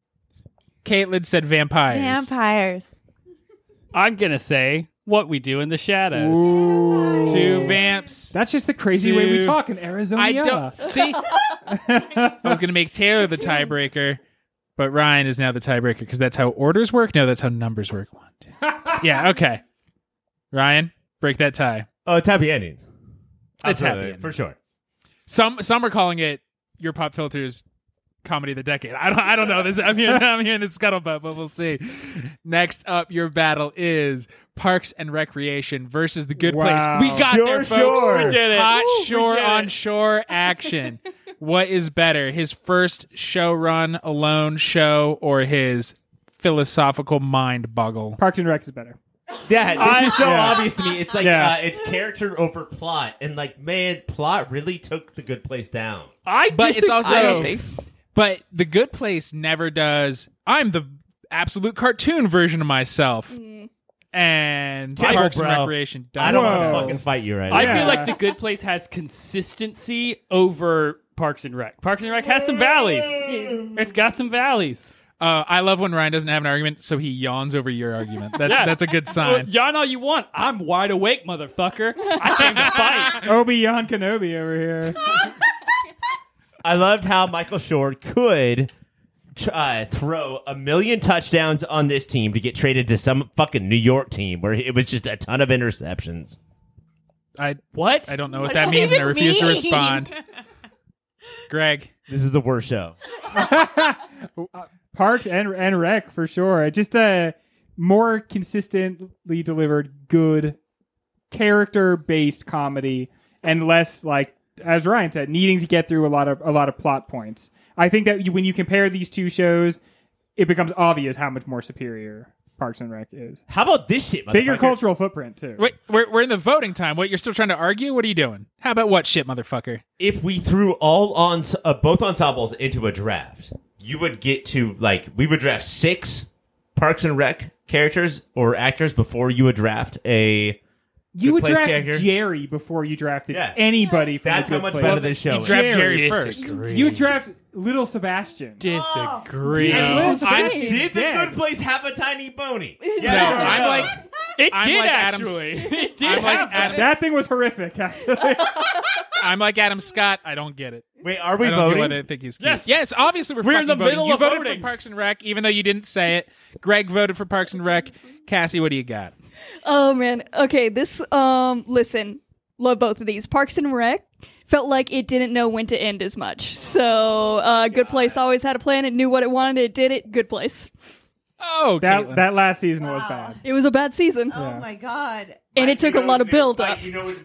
A: Caitlin said vampires.
E: Vampires.
F: I'm gonna say what we do in the shadows.
A: Two vamps.
B: That's just the crazy way we
A: Two.
B: talk in Arizona.
A: I don't see. I was going to make Taylor the tiebreaker, but Ryan is now the tiebreaker because that's how orders work. No, that's how numbers work. One, two, three. yeah, okay. Ryan, break that tie.
C: Oh, it's happy endings.
A: It's happy
C: Absolutely, for
A: endings.
C: sure.
A: Some some are calling it your pop filters comedy of the decade. I don't I don't know this. I'm here I'm here in the scuttlebutt, but we'll see. Next up, your battle is Parks and Recreation versus The Good
B: Wow.
A: Place. We got
C: Sure,
A: there, folks.
C: sure.
F: We did it.
A: Hot
F: Woo, we
A: shore
F: did it.
A: on shore action. what is better, his first show run alone show or his philosophical mind boggle?
B: Parks and Recs is better.
C: Yeah, this
F: I-
C: is so
F: yeah.
C: obvious to me. It's like
B: Yeah.
C: uh, it's character over plot, and like man, plot really took the good place down.
F: I
A: But it's
F: disagree.
A: also-
D: I don't think so.
A: But The Good Place never does. I'm the absolute cartoon version of myself. And
C: Careful,
A: Parks and
C: bro.
A: Recreation does.
C: I don't
B: Whoa.
C: want to fucking fight you right
F: I
C: now.
B: Yeah.
F: feel like the good place has consistency over Parks and Rec. Parks and Rec has some valleys. It's got some valleys.
A: Uh, I love when Ryan doesn't have an argument, so he yawns over your argument. That's
F: Yeah.
A: that's a good
F: Oh,
A: sign.
F: yawn all you want. I'm wide awake, motherfucker. I came to fight.
B: Obi Wan Kenobi over here.
C: I loved how Michael Short could tr- uh, throw a million touchdowns on this team to get traded to some fucking New York team where it was just a ton of interceptions.
A: I
F: What?
A: I don't know what
E: What
A: that
E: does
A: means, and I
E: it
A: refuse to
E: mean?
A: respond. Greg,
C: This is the worst show.
B: Parks and and Rec for sure. Just uh, more consistently delivered good character based comedy and less like as Ryan said, needing to get through a lot of a lot of plot points. I think that you, when you compare these two shows, it becomes obvious how much more superior Parks and Rec is.
C: How about this shit?
B: Bigger
C: motherfucker?
B: cultural footprint too.
A: wait, we're we're in the voting time. What you're still trying to argue? What are you doing? How about what shit, motherfucker?
C: If we threw all on uh, both ensembles into a draft, you would get to like we would draft six Parks and Rec characters or actors before you would draft a.
B: you would
C: Good place
B: draft
C: character.
B: Jerry before you drafted
C: Yeah.
B: anybody. From
C: That's
B: The
C: how
B: Good
C: much
B: Place.
C: better this show is.
A: Draft
B: Jerry.
A: Jerry first.
B: You draft Little Sebastian.
F: disagree.
B: Yes.
A: No. I'm-
D: Same.
C: Did the
B: Dead.
C: good place have a tiny pony?
A: No,
C: Yeah,
A: I'm like
F: It
A: I'm
F: did
A: like Adam
F: actually. it did
A: I'm like
F: happen.
A: Adam,
B: That thing was horrific, actually.
A: I'm like Adam Scott. I don't get it.
C: wait, are
A: I
C: we
A: don't get why
C: voting?
A: they think he's cute.
F: Yes.
A: yes. Obviously, we're,
F: We're in
A: fucking
F: the
A: voting.
F: middle
A: you
F: of
A: voted
F: voting.
A: for Parks and Rec, even though you didn't say it. Greg voted for Parks and Rec. Cassie, what do you got?
D: Oh man. Okay, this um listen, love both of these. Parks and Rec felt like it didn't know when to end as much. So
A: Oh
D: uh Good Place always had a plan, it knew what it wanted, it did it, good place.
A: Oh, Caitlin.
B: That that last season was bad.
D: It was a bad season.
E: Oh my god,
D: and it took a lot of build up.
C: You know what to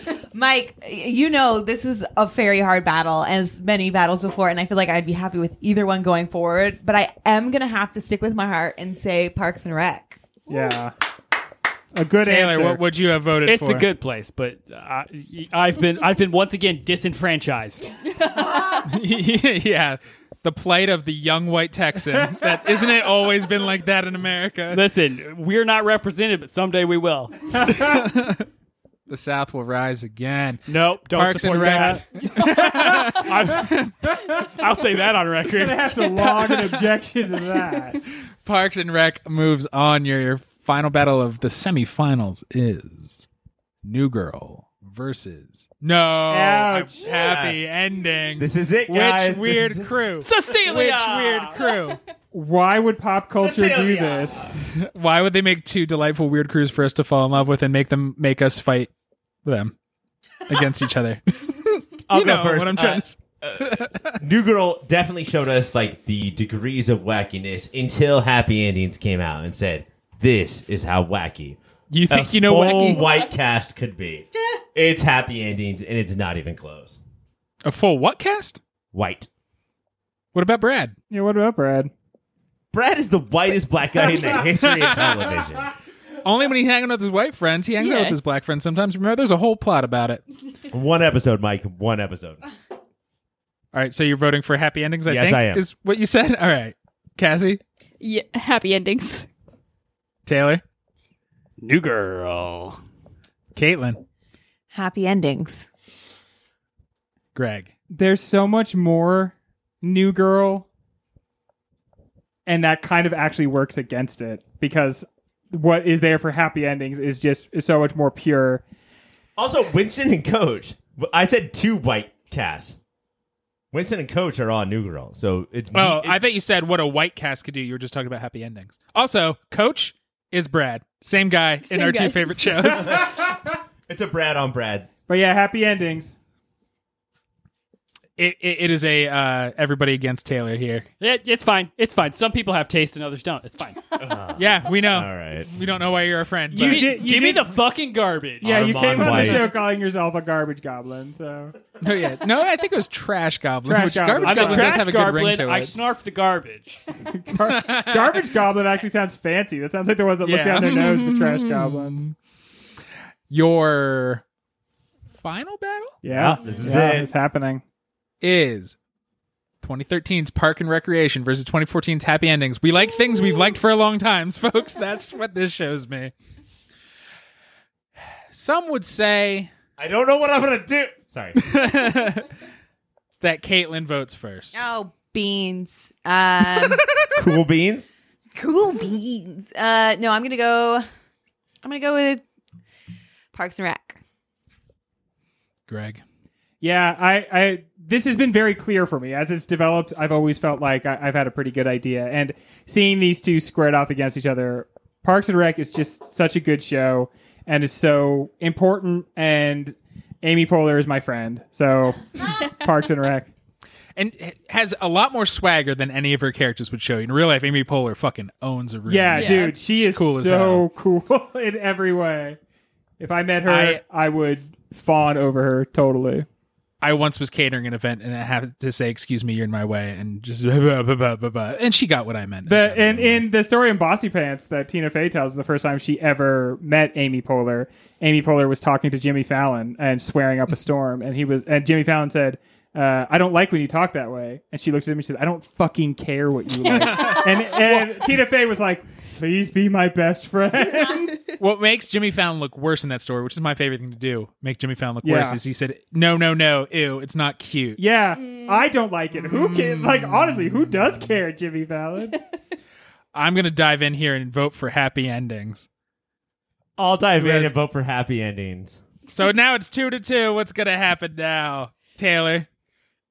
C: do.
E: Mike! You know this is a very hard battle, as many battles before, and I feel like I'd be happy with either one going forward. But I am gonna have to stick with my heart and say Parks and Rec.
B: Yeah. A good
A: Taylor,
B: answer.
A: what would you have voted
F: It's
A: for?
F: the good place, but I, I've been I've been once again disenfranchised.
A: yeah. The plight of the young white Texan. That isn't it always been like that in America?
F: Listen, we're not represented, but someday we will.
A: The South will rise again.
F: Nope, don't
A: Parks and
F: support
A: Rec.
F: that. I'm- I'll say that on
B: I
F: record.
B: have to log an objection to that.
A: Parks and Rec moves on. Your, your final battle of the semifinals is New Girl versus. No, I'm
B: Ouch.
A: happy ending.
C: This is it,
A: Which
C: guys. This
A: weird
C: is-
A: crew?
F: Cecilia.
A: Which weird crew?
B: Why would pop culture do
C: Cecilia.
B: this?
A: Why would they make two delightful weird crews for us to fall in love with and make them make us fight them against each other?
C: I'll
A: you
C: go
A: know
C: first.
A: what I'm
C: Uh,
A: trying to s-
C: New Girl definitely showed us like the degrees of wackiness until Happy Endings came out and said, "This is how wacky."
A: You
C: a
A: think you know
C: full
A: wacky?
C: white cast could be. it's Happy Endings, and it's not even close.
A: A full what cast?
C: White.
A: What about Brad?
B: Yeah, what about Brad?
C: Brad is the whitest black guy in the history of television.
A: Only when he's hanging out with his white friends. He hangs out
D: Yeah.
A: with his black friends sometimes. Remember, there's a whole plot about it.
C: One episode, Mike. One episode.
A: All right, so you're voting for happy endings, I
C: Yes,
A: think,
C: I am.
A: is what you said? All right. Cassie,
D: Yeah, happy endings.
A: Taylor,
F: New girl.
A: Caitlin,
E: Happy endings.
A: Greg.
B: There's so much more New Girl, and that kind of actually works against it because what is there for happy endings is just is so much more pure.
C: Also, Winston and Coach. I said two white casts. Winston and Coach are on New Girl, so it's.
A: Oh,
C: it-
A: I thought you said what a white cast could do. You were just talking about happy endings. Also, Coach is Brad. Same guy
D: Same
A: in our
D: guy.
A: two favorite shows.
C: it's a Brad on Brad.
B: But yeah, happy endings.
A: it, it, it is a uh, everybody against Taylor here.
F: It, it's fine. It's fine. Some people have taste and others don't. It's fine.
A: Yeah, we know.
C: Uh, All right.
A: We don't know why you're a friend.
B: You
A: but-
F: Give-
B: did- you
F: give me the
B: did-
F: fucking garbage.
B: Yeah, you
C: Armand
B: came on
C: White.
B: the show calling yourself a garbage goblin. So
A: no, yeah. no, I think it was Trash Goblin.
B: Trash
A: which
B: Goblin.
A: Garbage
F: I'm a
A: Goblin does
F: trash
A: have a good ring
F: goblin.
A: to it.
F: I snarf the garbage.
B: Gar- garbage goblin actually sounds fancy. That sounds like the ones that look
A: Yeah.
B: down their nose. The trash goblins.
A: Your final battle
B: Yeah,
C: Wow, Ah, this is
B: Yeah,
C: it.
B: It's happening.
A: is 2013's Park and Recreation versus 2014's Happy Endings. We like things we've liked for a long time, folks. That's what this shows me. Some would say
C: I don't know what I'm gonna do. Sorry.
A: that Caitlin votes first.
E: Oh, beans. Um,
C: cool beans.
E: cool beans. Uh, no, I'm gonna go. I'm gonna go with Parks and Rec.
A: Greg.
B: Yeah, I, I this has been very clear for me as it's developed. I've always felt like I, I've had a pretty good idea, and seeing these two squared off against each other, Parks and Rec is just such a good show and is so important. And Amy Poehler is my friend, so Parks and Rec.
A: and h- has a lot more swagger than any of her characters would show you. In real life, Amy Poehler fucking owns a room.
B: Yeah,
D: Yeah.
B: dude, she
A: She's
B: is
A: cool as
B: so cool in every way. If I met her,
A: I-
B: I, would fawn over her totally.
A: I once was catering an event and I had to say, "Excuse me, you're in my way," and just blah, blah, blah, blah, blah. and she got what I meant.
B: The and in the story in Bossy Pants that Tina Fey tells, the first time she ever met Amy Poehler, Amy Poehler was talking to Jimmy Fallon and swearing up a storm, and he was and Jimmy Fallon said. Uh, I don't like when you talk that way. And she looked at him and she said, I don't fucking care what you like. and and Tina Fey was like, please be my best friend.
A: what makes Jimmy Fallon look worse in that story, which is my favorite thing to do, make Jimmy Fallon look
B: Yeah.
A: worse, is he said, "No, no, no, ew, it's not cute."
B: Yeah, I
F: Mm.
B: don't like it. Who can like honestly? Who does care, Jimmy Fallon?
A: I'm gonna dive in here and vote for happy endings.
C: I'll dive in
A: Yes.
C: and vote for happy endings.
A: So now it's two to two. What's gonna happen now, Taylor?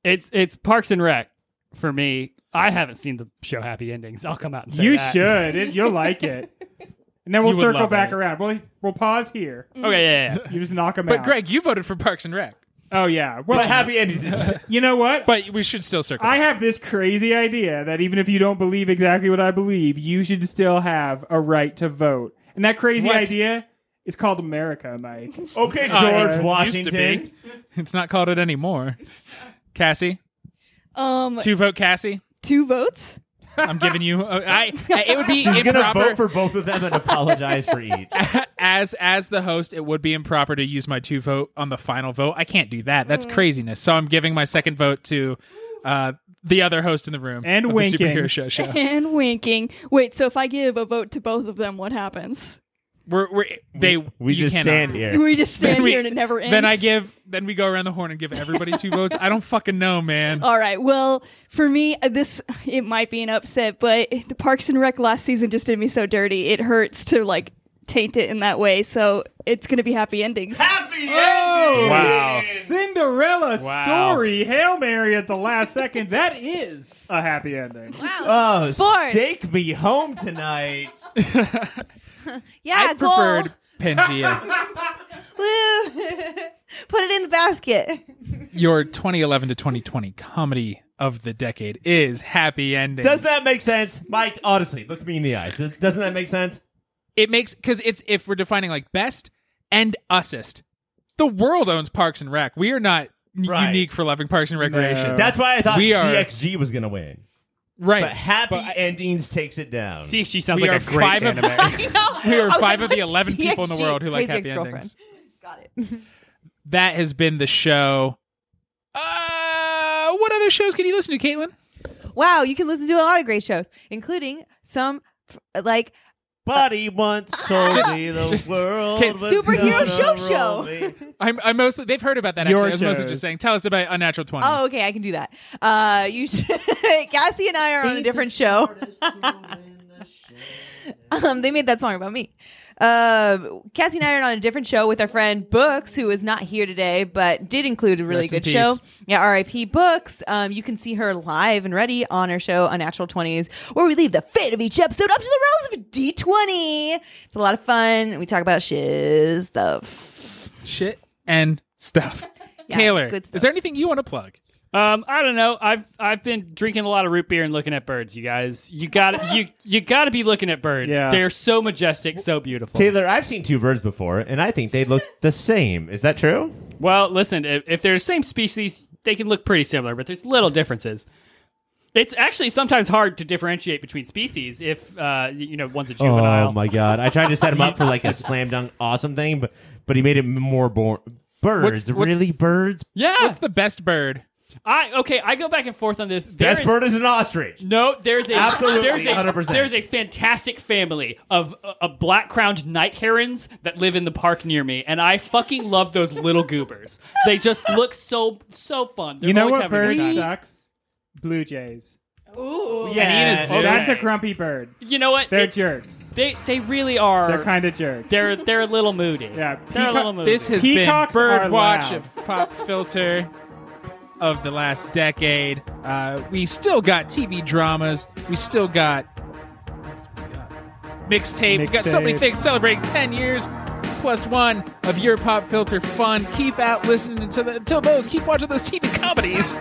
F: It's it's Parks and Rec for me. I haven't seen the show Happy Endings. I'll come out and say
B: you
F: that.
B: should. It, you'll like it. And then we'll
A: You would
B: circle
A: love
B: back
A: it.
B: around. We'll we'll pause here.
F: Okay, yeah, yeah, yeah.
B: You just knock them
A: But
B: out.
A: Greg, you voted for Parks and Rec,
B: Oh yeah. Well,
C: But happy endings. is-
B: you know what?
A: but we should still circle.
B: I have this crazy idea that even if you don't believe exactly what I believe, you should still have a right to vote. And that crazy
A: What?
B: idea is called America, Mike.
C: okay,
A: Uh,
B: used
C: George
B: to
C: Washington.
A: It's not called it anymore. Cassie,
D: Um,
A: two vote Cassie.
D: two votes.
A: I'm giving you. uh, I, I- it would be
C: She's gonna
A: improper
C: vote for both of them and apologize for each.
A: as as the host. It would be improper to use my two vote on the final vote. I can't do that. That's craziness. So I'm giving my second vote to uh, the other host in the room
B: And
A: of the
B: winking.
A: superhero show. show.
D: And winking. Wait, so if I give a vote to both of them, what happens?
A: We're, we're they you
C: We just
A: cannot.
C: stand here.
D: We just stand
A: Then we-
D: here and it never ends.
A: Then I give. Then we go around the horn and give everybody two votes. I don't fucking know, man.
D: All right. Well, for me, uh, this it might be an upset, but the Parks and Rec last season just did me so dirty. It hurts to like taint it in that way. So it's gonna be happy endings.
C: Happy endings.
A: Oh!
B: a
F: Wow.
B: story. Hail Mary at the last second. That is a happy ending.
E: Uh,
C: Oh,
E: Sports.
C: stake me home tonight.
E: Yeah,
A: I
E: goal.
A: preferred Pangea.
E: Woo! Put it in the basket.
A: Your 2011 to 2020 comedy of the decade is Happy Endings.
C: Does that make sense, Mike? Honestly, look me in the eyes. Does- Doesn't that make sense?
A: It makes because it's if we're defining like best and usest. The world owns Parks and Rec. We are not n-
C: Right.
A: unique for loving Parks and Recreation.
B: No.
C: That's why I thought
A: We are-
C: CXG was gonna win,
A: right.
C: but Happy
A: But I-
C: Endings takes it down.
F: See, she sounds
A: We
F: like
A: are
F: a great
A: five of-
F: anime.
E: I know.
A: We are
E: I was
A: five of the
E: what's
A: 11 people in the
E: CXG?
A: world who like happy
E: Crazy Ex-Girlfriend.
A: endings.
E: Got it.
A: that has been the show. Uh, what other shows can you listen to, Caitlin?
E: Wow, you can listen to a lot of great shows, including some f- like
C: Buddy once told me the
A: just-
C: world
A: Kid-
C: was
E: Superhero
C: gonna
E: show
C: roll
E: show.
C: me.
A: I'm, I mostly they've heard about that. actually,
B: Your
A: I was mostly
B: shows.
A: just saying, tell us about Unnatural Twenty.
E: Oh, okay, I can do that. Uh, you, should, Cassie and I are on a different show. um, they made that song about me. Uh, Cassie and I are on a different show with our friend Books, who is not here today, but did include a really
A: Rest in
E: good
A: peace.
E: show. Yeah, R.I.P. Books. Um, you can see her live and ready on our show, Unnatural Twenties, where we leave the fate of each episode up to the rules of D twenty. It's a lot of fun. We talk about shiz stuff.
A: shit and stuff.
E: Yeah,
A: Taylor,
E: good stuff.
A: is there anything you want to plug?
F: Um, I don't know. I've I've been drinking a lot of root beer and looking at birds. You guys, you got you you got to be looking at birds.
B: Yeah.
F: They're so majestic, so beautiful.
C: Taylor, I've seen two birds before, and I think they look the same. Is that true?
F: Well, listen, if, if they're the same species, they can look pretty similar, but there's little differences. It's actually sometimes hard to differentiate between species if uh, y- you know one's a juvenile.
C: Oh my god! I tried to set him up for like a slam dunk awesome thing, but but he made it more boring. Birds,
A: What's- what's-
C: really? Birds?
F: Yeah,
A: What's the best bird?
F: I okay. I go back and forth on this. There
C: Best
F: is-
C: bird is an ostrich.
F: No, there's a
C: Absolutely,
F: there's a
C: 100%.
F: there's a fantastic family of uh, uh, black crowned night herons that live in the park near me, and I fucking love those little goobers. They just look so so fun. They're
B: You know
F: always
B: what
F: having a
B: bird
F: good time.
B: sucks? Blue jays.
D: Ooh.
C: Yeah,
A: Dude.
B: That's a grumpy bird.
F: You know what?
B: They're
F: It-
B: jerks.
F: they they really are.
B: They're kind of jerks.
F: They're they're a little moody.
B: Yeah,
F: they're a
B: peacock-
F: little moody.
A: This has
B: Peacocks
A: been
B: are
A: Bird Watch
B: loud.
A: of Pop Filter of the last decade. Uh, we still got TV dramas. We still got mixtape. We got so many
B: Mixtape.
A: things celebrating 10 years plus one of your Pop Filter fun. Keep out listening until, the, until those. Keep watching those TV comedies.